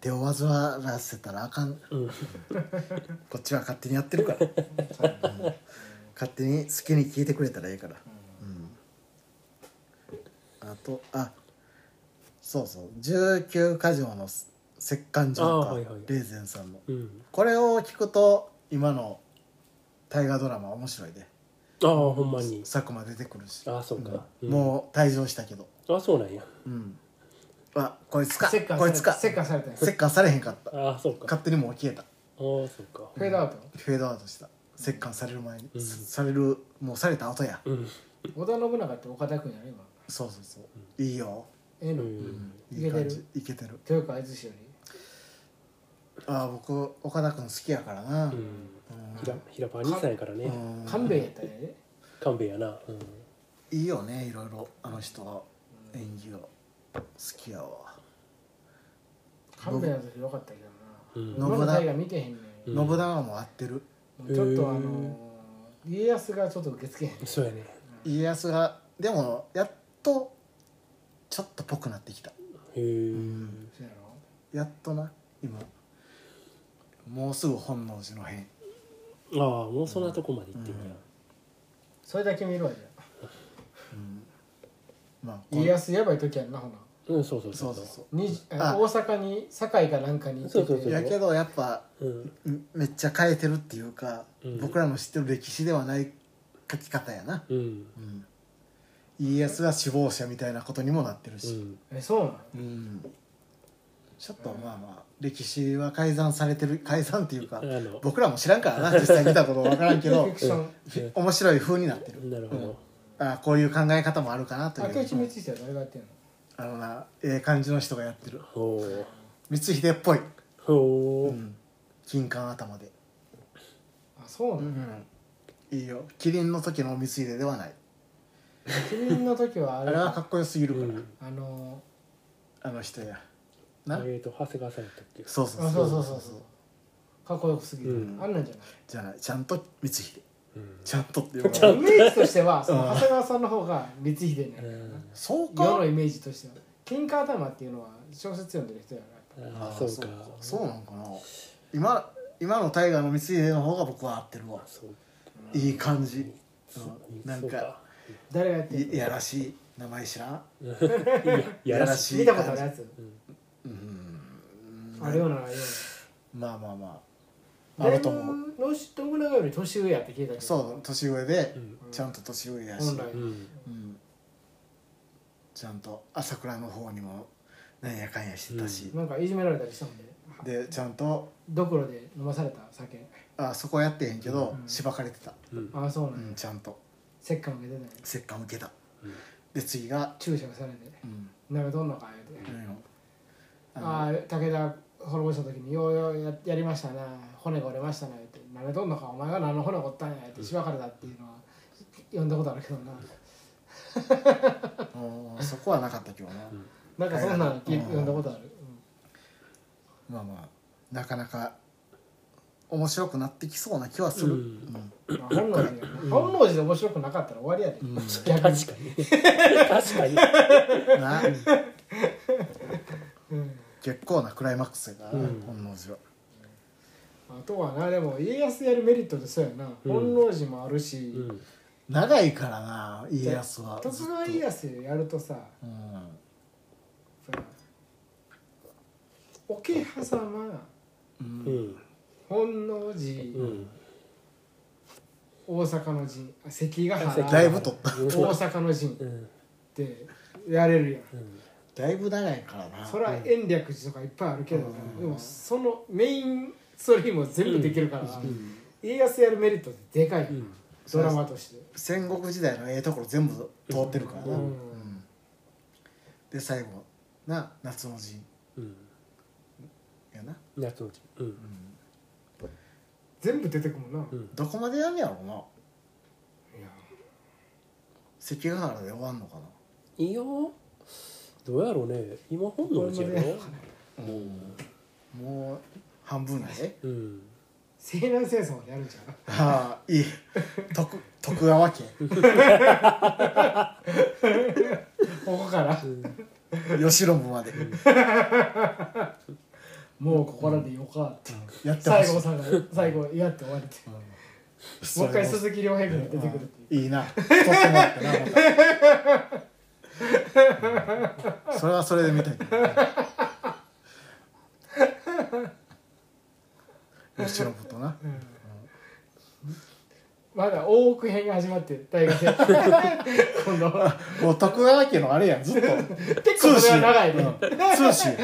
[SPEAKER 1] 手を煩わせたらあかん
[SPEAKER 3] うん
[SPEAKER 1] こっちは勝手にやってるから勝手に好きに聞いてくれたらいいからうんあとあそうそう19か条の折檻
[SPEAKER 3] あ
[SPEAKER 1] 状
[SPEAKER 3] ー
[SPEAKER 1] か
[SPEAKER 3] はいはい
[SPEAKER 1] レーゼンさんの
[SPEAKER 3] うん
[SPEAKER 1] これを聞くと今の大河ドラマ面白いで
[SPEAKER 3] ああほんまに
[SPEAKER 1] 佐久間出てくるし
[SPEAKER 3] ああそうか、
[SPEAKER 1] うん
[SPEAKER 3] ん
[SPEAKER 1] もう退場したけど
[SPEAKER 3] あそうなんや
[SPEAKER 1] うんあこいつか
[SPEAKER 2] せっか
[SPEAKER 1] こいつか
[SPEAKER 2] せっかされたんです
[SPEAKER 1] 折檻されへんかった
[SPEAKER 3] ああそうかあ
[SPEAKER 1] 勝手にもう消えた
[SPEAKER 3] あそうか
[SPEAKER 2] フェードアウト
[SPEAKER 1] フェードアウトした折檻される前に、
[SPEAKER 3] うん
[SPEAKER 1] されるもうされた後や
[SPEAKER 3] うん
[SPEAKER 2] 織田信長って岡田君やね今
[SPEAKER 1] そうそうそう、いいよ
[SPEAKER 2] ええ
[SPEAKER 3] う
[SPEAKER 2] の
[SPEAKER 3] ん
[SPEAKER 1] いい感
[SPEAKER 2] い
[SPEAKER 1] じいけてる
[SPEAKER 2] 豊川悦司よ
[SPEAKER 1] ああ僕岡田君好きやからな、
[SPEAKER 3] う
[SPEAKER 1] うん
[SPEAKER 3] んひらひらぱ2歳やからね
[SPEAKER 1] う
[SPEAKER 2] り
[SPEAKER 1] ん
[SPEAKER 2] 勘弁やったらええで
[SPEAKER 3] 勘弁やな、うん、
[SPEAKER 1] いいよねいろいろあの人は演技を好きやわ、
[SPEAKER 2] 勘弁やったらよかったけど
[SPEAKER 3] うん
[SPEAKER 2] な今の大河見てへんね
[SPEAKER 3] うんん
[SPEAKER 1] 信長も合ってる
[SPEAKER 2] もうちょっとあ
[SPEAKER 3] へ
[SPEAKER 2] の
[SPEAKER 3] ー
[SPEAKER 2] 家康がちょっと受け付けへん
[SPEAKER 3] そうやね
[SPEAKER 1] 家康がでもやっとちょっとぽくなってきた
[SPEAKER 3] へえ
[SPEAKER 2] そうやろ
[SPEAKER 1] やっとな今もうすぐ本能寺の変
[SPEAKER 3] ああもうそんなとこまで行ってんや、
[SPEAKER 2] それだけ見るわじゃあ
[SPEAKER 1] まあこん
[SPEAKER 2] 家康やばい時やんなほな
[SPEAKER 3] うんそうそう
[SPEAKER 1] そ
[SPEAKER 3] そうう
[SPEAKER 1] そ
[SPEAKER 3] そうう
[SPEAKER 1] そ
[SPEAKER 2] に
[SPEAKER 1] あ
[SPEAKER 2] あ大阪に堺かなんかに行って
[SPEAKER 3] そうそう
[SPEAKER 1] う
[SPEAKER 3] そう
[SPEAKER 1] やけどやっぱ
[SPEAKER 3] うん
[SPEAKER 1] んめっちゃ変えてるっていうか、
[SPEAKER 3] うん
[SPEAKER 1] 僕らの知ってる歴史ではない書き方やな、
[SPEAKER 3] うん
[SPEAKER 1] うん、家康が首謀者みたいなことにもなってる
[SPEAKER 3] う
[SPEAKER 1] し、
[SPEAKER 3] ん
[SPEAKER 2] えそうなの
[SPEAKER 1] うんちょっとまあまあ歴史は改ざんされてる改ざんっていうか
[SPEAKER 3] あの
[SPEAKER 1] 僕らも知らんからな実際見たこと分からんけ
[SPEAKER 2] フィ
[SPEAKER 1] ど
[SPEAKER 2] クション
[SPEAKER 3] うん
[SPEAKER 1] 面白い風になってる
[SPEAKER 3] なるほど、
[SPEAKER 1] あこういう考え方もあるかなとい
[SPEAKER 2] 明智光
[SPEAKER 1] う
[SPEAKER 2] 秀は誰がやってんの
[SPEAKER 1] あのなええ感じの人がやってる
[SPEAKER 3] ほう
[SPEAKER 1] 光秀っぽい、
[SPEAKER 3] ほ
[SPEAKER 1] う
[SPEAKER 3] う、
[SPEAKER 1] ん、金冠頭で、
[SPEAKER 2] あそうなの
[SPEAKER 1] いいよ麒麟の時の光秀ではない
[SPEAKER 2] 麒麟の時はあ
[SPEAKER 1] あ
[SPEAKER 2] れ
[SPEAKER 1] れはか
[SPEAKER 2] か
[SPEAKER 1] っこよすぎる
[SPEAKER 3] う
[SPEAKER 1] から、
[SPEAKER 3] ん
[SPEAKER 2] あの
[SPEAKER 1] あの人やな、
[SPEAKER 3] えっ、と長谷川さんやったっけ
[SPEAKER 1] そうそう
[SPEAKER 2] あそうそうそうそうかっこよすぎる、
[SPEAKER 3] うん
[SPEAKER 2] あんなんじゃない
[SPEAKER 1] じゃないちゃんと光秀
[SPEAKER 3] うん
[SPEAKER 1] ちゃんとって言う
[SPEAKER 3] ち
[SPEAKER 1] か
[SPEAKER 3] ゃ
[SPEAKER 1] ら
[SPEAKER 3] ん
[SPEAKER 2] イメージとしてはその
[SPEAKER 1] うん
[SPEAKER 2] 長谷川さんの方が光秀ね、
[SPEAKER 3] うん
[SPEAKER 1] そう
[SPEAKER 2] 世
[SPEAKER 1] か
[SPEAKER 2] のイメージとしては金貨頭っていうのは小説読んでる人やな
[SPEAKER 3] ああそうか
[SPEAKER 1] そうそうなんかな今今の大河の光秀の方が僕は合ってるわ
[SPEAKER 3] そう
[SPEAKER 1] いい感じ、うん
[SPEAKER 3] そう
[SPEAKER 1] なんか
[SPEAKER 2] 誰がやって
[SPEAKER 1] い
[SPEAKER 2] る
[SPEAKER 1] いやらしい名前知らん、
[SPEAKER 3] いややらしい
[SPEAKER 1] い
[SPEAKER 2] 見たことあるやつ
[SPEAKER 1] うん、
[SPEAKER 2] あるようなあるよ
[SPEAKER 1] まあまあま
[SPEAKER 2] う
[SPEAKER 1] あ
[SPEAKER 2] な
[SPEAKER 1] あると思う
[SPEAKER 2] だいぶ信長より年上やって聞いたけど
[SPEAKER 1] そう年上で
[SPEAKER 3] うん
[SPEAKER 1] ちゃんと年上やし、
[SPEAKER 2] 本来
[SPEAKER 3] うん
[SPEAKER 1] うんちゃんと朝倉の方にもなんやかんやしてたし、
[SPEAKER 2] なんかいじめられたりしたもんね
[SPEAKER 1] でちゃんと
[SPEAKER 2] ドクロで飲まされた酒
[SPEAKER 1] あそこはやってへんけど、
[SPEAKER 2] うん
[SPEAKER 1] しばかれてた、
[SPEAKER 3] うん
[SPEAKER 2] ああそうな
[SPEAKER 1] うん
[SPEAKER 2] や
[SPEAKER 1] ん、ちゃんと
[SPEAKER 2] せっかも受けてない
[SPEAKER 1] 折檻受けた
[SPEAKER 3] うん
[SPEAKER 1] で次が、
[SPEAKER 2] 注射をされて
[SPEAKER 1] うん、
[SPEAKER 2] 鍋どんのか言うて
[SPEAKER 1] 何よ
[SPEAKER 2] ああ武田滅ぼした時にようようややりましたな骨が折れましたな言うて鍋どんのかお前が何の骨折ったんや言ってしばかれたっていうのは読んだことあるけどな
[SPEAKER 1] うんそこはなかったけどな、
[SPEAKER 3] ん
[SPEAKER 2] なんかそんなの聞い
[SPEAKER 1] うん
[SPEAKER 2] 読んだことある
[SPEAKER 1] まあまあなかなか面白くなってきそうな気はする、
[SPEAKER 3] うん
[SPEAKER 1] うん
[SPEAKER 2] うんまあ本能寺やな本能寺で面白くなかったら終わりやで
[SPEAKER 1] うん
[SPEAKER 3] 確
[SPEAKER 2] 逆
[SPEAKER 3] か
[SPEAKER 2] に
[SPEAKER 3] に確かに
[SPEAKER 1] な
[SPEAKER 2] うん
[SPEAKER 1] 結構なクライマックスやからな、
[SPEAKER 3] うん
[SPEAKER 1] 本能寺は
[SPEAKER 2] あとはなでも家康やるメリットでそうやな
[SPEAKER 3] うん
[SPEAKER 2] 本能寺もあるし
[SPEAKER 3] うん
[SPEAKER 1] 長いからな家康は
[SPEAKER 2] 徳川家康やるとさ
[SPEAKER 1] うん
[SPEAKER 2] その桶狭間
[SPEAKER 1] うん
[SPEAKER 3] うん
[SPEAKER 2] 本能寺、
[SPEAKER 3] うん
[SPEAKER 2] 大阪の陣あ関ヶ原
[SPEAKER 1] だいぶとった
[SPEAKER 2] 大阪の陣
[SPEAKER 3] う
[SPEAKER 2] っ
[SPEAKER 3] ん
[SPEAKER 2] てやれるやん
[SPEAKER 3] うん
[SPEAKER 1] だいぶ長いからな
[SPEAKER 2] それは延暦寺とかいっぱいあるけど、
[SPEAKER 1] うん
[SPEAKER 2] でもそのメインストーリーも全部できるから、家康やるメリットってでかいよ、
[SPEAKER 3] うん
[SPEAKER 2] ドラマとして
[SPEAKER 1] 戦国時代のええところ全部通ってるからな、
[SPEAKER 2] うん
[SPEAKER 1] うんで最後な夏の陣
[SPEAKER 3] うん
[SPEAKER 1] やな、
[SPEAKER 3] 夏のうちうん
[SPEAKER 1] うん
[SPEAKER 2] 全部出てくもんな、
[SPEAKER 3] うん
[SPEAKER 1] どこまでやんねやろうない
[SPEAKER 2] や
[SPEAKER 1] 関ヶ原で終わんのか
[SPEAKER 3] いやどうやろうね今本能寺やろ
[SPEAKER 1] な、もう半分や で
[SPEAKER 3] うん
[SPEAKER 2] 西南戦争までやるんじゃん
[SPEAKER 1] ああいい徳徳川 家
[SPEAKER 2] ここから
[SPEAKER 1] 慶喜まで
[SPEAKER 2] もうここらでよかった、
[SPEAKER 1] やってほ
[SPEAKER 2] 最
[SPEAKER 1] しい
[SPEAKER 2] 後さんが最後やって終われてもう一回鈴木亮平君が出てくるっていう
[SPEAKER 1] いい な撮ってもらったなまたうんそれはそれで見たいけどね吉野ことな
[SPEAKER 2] まだ大奥編が始まって大河戦今度は
[SPEAKER 1] もう徳川家のあれやんずっと
[SPEAKER 2] 結構それは長いね、
[SPEAKER 1] 通信や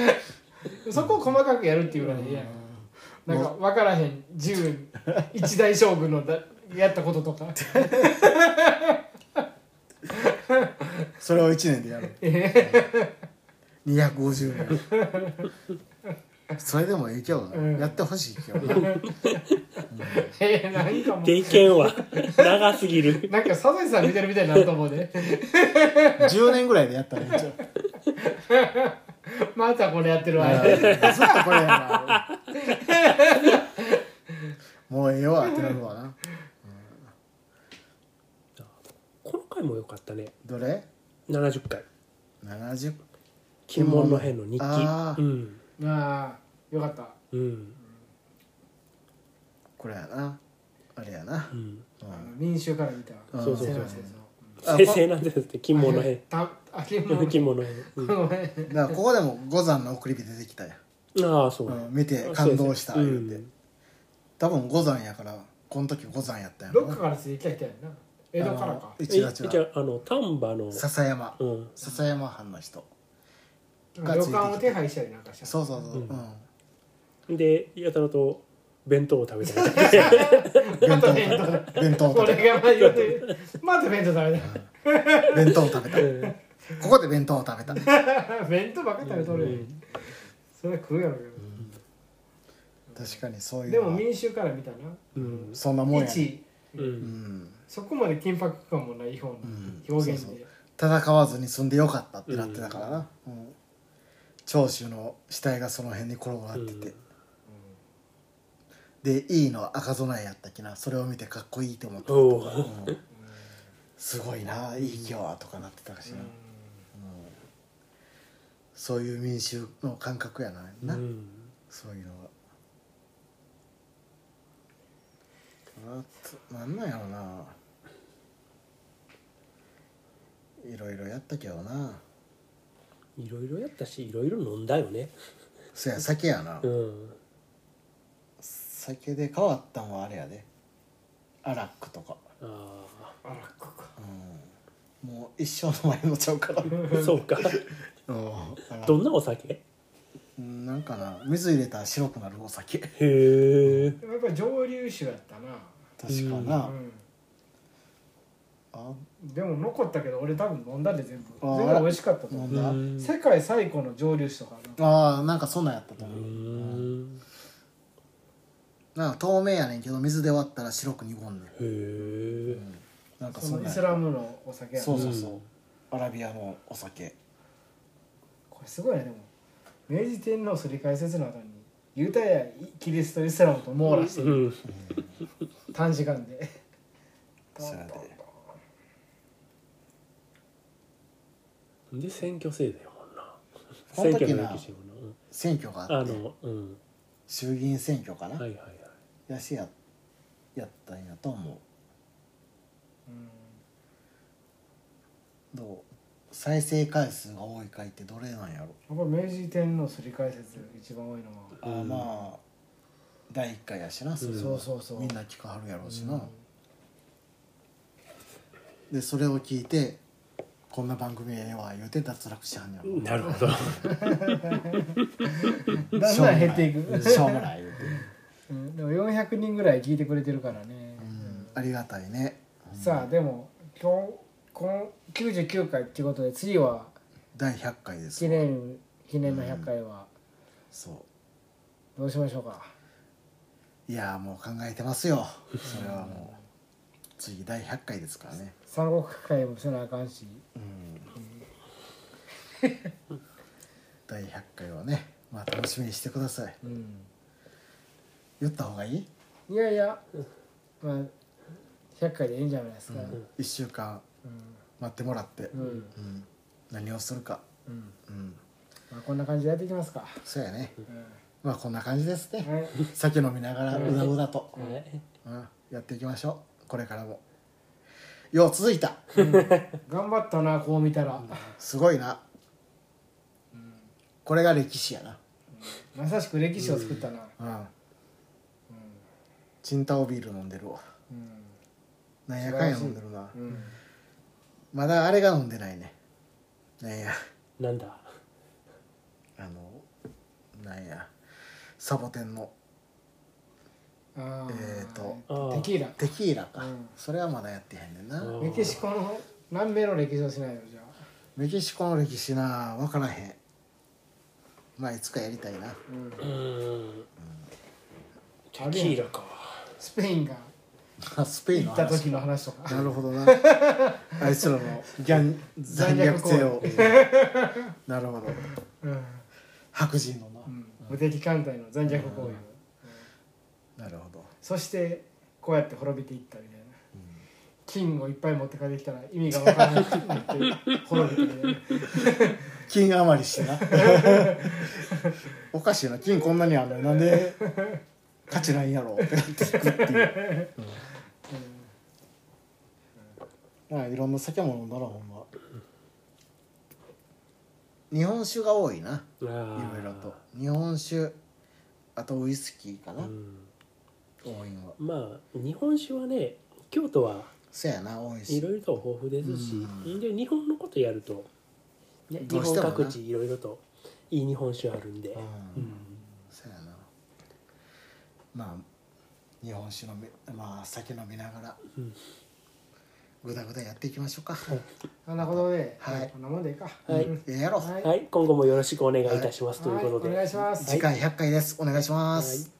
[SPEAKER 2] そこを細かくやるっていうのは嫌やななんか分からへん銃一大将軍のだやったこととか
[SPEAKER 1] それを一年でやる250年それでもいいけどな、
[SPEAKER 2] うん
[SPEAKER 1] やってほしいけどな
[SPEAKER 2] えー、なんかも
[SPEAKER 3] 経
[SPEAKER 2] う
[SPEAKER 3] 験は長すぎる
[SPEAKER 2] なんかサザエさん見てるみたいになると思うで
[SPEAKER 1] 10年ぐらいでやったらいいんちゃう
[SPEAKER 2] またこれやってるわ
[SPEAKER 1] あーそらこれやなもうええわってなるわな
[SPEAKER 3] この回も良かったね
[SPEAKER 1] どれ
[SPEAKER 3] 70回
[SPEAKER 1] ?70
[SPEAKER 3] 「金門の変の日記
[SPEAKER 1] あ」ー
[SPEAKER 3] うん
[SPEAKER 2] ああよかった
[SPEAKER 3] うん
[SPEAKER 1] これやなあれやな
[SPEAKER 3] うん
[SPEAKER 2] あの民衆から見た
[SPEAKER 1] うん
[SPEAKER 3] そうそうそう
[SPEAKER 2] 先生の
[SPEAKER 1] あ
[SPEAKER 3] 先生なんですって金門の変
[SPEAKER 2] たあ金門の
[SPEAKER 3] 金門の変、うん
[SPEAKER 1] だからここでも五山の送り火出てきたやん、、
[SPEAKER 3] ああそううん
[SPEAKER 1] 見て感動した
[SPEAKER 3] そう
[SPEAKER 1] 言
[SPEAKER 3] そう
[SPEAKER 1] うて、多分五山やからこの時五山やったやん
[SPEAKER 2] どっかからついてきた人やんな江戸からか
[SPEAKER 1] あの
[SPEAKER 3] うん、
[SPEAKER 1] 一ラチ
[SPEAKER 3] じゃ
[SPEAKER 1] ラ
[SPEAKER 3] ああの丹波の、
[SPEAKER 1] 笹山
[SPEAKER 3] うん、
[SPEAKER 1] 笹山藩の人
[SPEAKER 2] 旅館を手配したりなんかした
[SPEAKER 1] そうそうそう、
[SPEAKER 3] うん
[SPEAKER 1] うん
[SPEAKER 3] でやたらと弁当を食べたり
[SPEAKER 1] 弁
[SPEAKER 2] ま
[SPEAKER 1] 当
[SPEAKER 2] た
[SPEAKER 1] を
[SPEAKER 2] 弁
[SPEAKER 1] 食べた弁当を食べ
[SPEAKER 2] 俺が前言ってまた弁当食べ
[SPEAKER 1] た弁当を 食べ
[SPEAKER 3] う
[SPEAKER 1] た
[SPEAKER 3] ん
[SPEAKER 1] ここで弁当を食べた
[SPEAKER 2] た弁当ばっか食べとるやんそれは食うやろうけど
[SPEAKER 1] 確かにそうい
[SPEAKER 2] で
[SPEAKER 1] うの
[SPEAKER 2] も
[SPEAKER 1] は
[SPEAKER 2] 民衆から見たな
[SPEAKER 3] うん
[SPEAKER 1] そんなもんや、ね、
[SPEAKER 2] 一
[SPEAKER 3] う
[SPEAKER 1] うんん
[SPEAKER 2] そこまで緊迫感もない方の
[SPEAKER 1] ん
[SPEAKER 2] 表現
[SPEAKER 1] そう
[SPEAKER 2] で
[SPEAKER 1] 戦わずに済んでよかったってなってたからな、うん長州の死体がその辺に転がってて、でいいのは赤備えやったっけなそれを見てかっこいいと思った、
[SPEAKER 3] お
[SPEAKER 1] う
[SPEAKER 3] ー
[SPEAKER 1] んすごいないい今日はとかなってたしな、そういう民衆の感覚やな、
[SPEAKER 3] う
[SPEAKER 1] なんそういうのはあとなんなんやろないろいろやったけどない
[SPEAKER 3] ろいろやったしいろいろ飲んだよね
[SPEAKER 1] そや酒やな、
[SPEAKER 3] うん
[SPEAKER 1] 酒で変わったんはあれやでアラックとか、
[SPEAKER 3] あ
[SPEAKER 2] あらここ
[SPEAKER 1] うん、もう一生の前のちゃうからうん
[SPEAKER 3] あそ うか
[SPEAKER 1] アラ
[SPEAKER 3] ど
[SPEAKER 1] ッ
[SPEAKER 3] んなお酒
[SPEAKER 1] クなんかな水入れたら白くなるお酒確
[SPEAKER 3] へえ
[SPEAKER 2] でもやっぱり蒸留酒やったな
[SPEAKER 1] かな、
[SPEAKER 2] うん
[SPEAKER 1] あ
[SPEAKER 2] でも残ったけど俺多分飲んだで全部
[SPEAKER 1] あ
[SPEAKER 2] 全部美味しかったと
[SPEAKER 1] 飲
[SPEAKER 2] 思
[SPEAKER 1] んだ、
[SPEAKER 2] う世界最古の蒸留酒とかな
[SPEAKER 1] ああなんかそんなんやったと
[SPEAKER 3] う
[SPEAKER 1] 思う、
[SPEAKER 3] ん
[SPEAKER 1] なんか透明やねんけど水で割ったら白く濁んねん
[SPEAKER 3] へえ
[SPEAKER 1] なんかそ
[SPEAKER 2] そ
[SPEAKER 1] ん
[SPEAKER 2] の
[SPEAKER 1] な
[SPEAKER 2] イ
[SPEAKER 1] ん
[SPEAKER 2] ス
[SPEAKER 1] や
[SPEAKER 2] ラムのお酒やな
[SPEAKER 1] そうそうそううんアラビアのお酒
[SPEAKER 2] これすごいねでも明治天皇すり替え説の後にユダヤキリストイスラムと網羅して
[SPEAKER 3] うん
[SPEAKER 2] 短時間で
[SPEAKER 1] そうやで
[SPEAKER 3] で選挙制度やも んな
[SPEAKER 1] この時
[SPEAKER 3] 選
[SPEAKER 1] な
[SPEAKER 3] 挙の歴史もなうん
[SPEAKER 1] 選挙があ
[SPEAKER 3] あ
[SPEAKER 1] って
[SPEAKER 3] のうん
[SPEAKER 1] 衆議院選挙かな、
[SPEAKER 3] はいはいはい
[SPEAKER 1] やしややったんやと思う
[SPEAKER 2] うん
[SPEAKER 1] どう再生回数が多い回ってどれなんやろ
[SPEAKER 2] やっぱ明治天皇すり替え説一番多いのは
[SPEAKER 1] あーまあ第1回やしなそれは
[SPEAKER 2] そうそうそう
[SPEAKER 1] みんな聞かはるやろうしな、でそれを聞いてこんな番組ええわ言うて脱落しはんやろ
[SPEAKER 3] なるほど
[SPEAKER 2] だんだん減っていく
[SPEAKER 1] しょうもない言うて、
[SPEAKER 2] うんでも400人ぐらい聞いてくれてるからね
[SPEAKER 1] うん、ありがたいね
[SPEAKER 2] さあでも今日この99回っていうことで次は
[SPEAKER 1] 第100回です
[SPEAKER 2] 記
[SPEAKER 1] わ
[SPEAKER 2] 念記念の100回は
[SPEAKER 1] そ
[SPEAKER 2] どうしましょうか、
[SPEAKER 1] ういやーもう考えてますよそれはもう次第100回ですからね
[SPEAKER 2] 三国会もせなあかんし
[SPEAKER 1] 第100回はねまあ楽しみにしてください
[SPEAKER 2] うん
[SPEAKER 1] 言った方がいい
[SPEAKER 2] いやいやまあ100回でいいんじゃないですかう
[SPEAKER 1] 1週間待ってもらって、
[SPEAKER 2] んうん、
[SPEAKER 1] うん、何をするか、
[SPEAKER 2] うん
[SPEAKER 1] うん、
[SPEAKER 2] まあ、こんな感じでやっていきますか、
[SPEAKER 1] そうやね
[SPEAKER 2] うん
[SPEAKER 1] まあこんな感じですね
[SPEAKER 2] はい
[SPEAKER 1] 酒飲みながらうだうだと、
[SPEAKER 3] はい
[SPEAKER 1] うん、やっていきましょうこれからもよう続いた
[SPEAKER 2] 頑張ったなこう見たら、
[SPEAKER 1] すごいなこれが歴史やな
[SPEAKER 2] まさしく歴史を作ったな、
[SPEAKER 1] うんチンタオビール飲んでるわ
[SPEAKER 2] うん
[SPEAKER 1] なんやかんや飲んでるな
[SPEAKER 2] うん
[SPEAKER 1] まだあれが飲んでないねなんや
[SPEAKER 3] なんだ
[SPEAKER 1] あのなんやサボテンの
[SPEAKER 2] あー
[SPEAKER 1] えーと
[SPEAKER 3] あー
[SPEAKER 2] テキーラ
[SPEAKER 1] テキーラか、
[SPEAKER 2] うん
[SPEAKER 1] それはまだやってへんねんな
[SPEAKER 3] うん
[SPEAKER 2] メキシコの南米の歴史をしないよじゃあ、
[SPEAKER 1] メキシコの歴史な分からへんまあいつかやりたいな
[SPEAKER 2] うん
[SPEAKER 3] うーんテ
[SPEAKER 2] あるやん
[SPEAKER 3] キーラか
[SPEAKER 2] スペイン が
[SPEAKER 1] スペイン
[SPEAKER 2] 行
[SPEAKER 1] の
[SPEAKER 2] った
[SPEAKER 1] 話
[SPEAKER 2] 時の話とか
[SPEAKER 1] なるほどな あいつらのギャン残
[SPEAKER 2] 残
[SPEAKER 1] 虐
[SPEAKER 2] 虐
[SPEAKER 1] 性をなるほど
[SPEAKER 2] うん、
[SPEAKER 1] 白人のな、
[SPEAKER 2] うん無敵艦隊の残虐行為を、
[SPEAKER 1] うんなるほど
[SPEAKER 2] そしてこうやって滅びていったみたいな、金をいっぱい持って帰ってきたら意味がわからなくなって滅びてみたいな
[SPEAKER 1] 金余りしてな おかしいな金こんなにあんのになんで価値ないんやろってなっていくっていう、まあいろんな酒も飲んだらほんま日本酒が多いな
[SPEAKER 3] あー
[SPEAKER 1] いろいろと日本酒あとウイスキーか
[SPEAKER 3] う
[SPEAKER 1] な、
[SPEAKER 3] ん
[SPEAKER 1] 多いのは
[SPEAKER 3] まあ日本酒はね京都は
[SPEAKER 1] そやな多い
[SPEAKER 3] い
[SPEAKER 1] し
[SPEAKER 3] ろいろと豊富ですし、
[SPEAKER 1] うん
[SPEAKER 3] で日本のことやると、ね、日
[SPEAKER 1] どうし
[SPEAKER 3] 本
[SPEAKER 1] てもな
[SPEAKER 3] 各地いろいろといい日本酒あるんで、
[SPEAKER 1] うんそやなまあ日本酒飲みまあ酒飲みながら
[SPEAKER 3] うん
[SPEAKER 1] ぐだぐだやっていきましょうか、
[SPEAKER 2] そんなことで、
[SPEAKER 1] はい
[SPEAKER 2] こんなもんでいいか
[SPEAKER 3] はい
[SPEAKER 2] うん
[SPEAKER 1] ええやろ、
[SPEAKER 2] はい
[SPEAKER 3] はい今後もよろしくお願いいたします、ということ
[SPEAKER 2] はい
[SPEAKER 3] で。
[SPEAKER 2] お願いします
[SPEAKER 1] 次回100回ですお願いします、
[SPEAKER 3] はい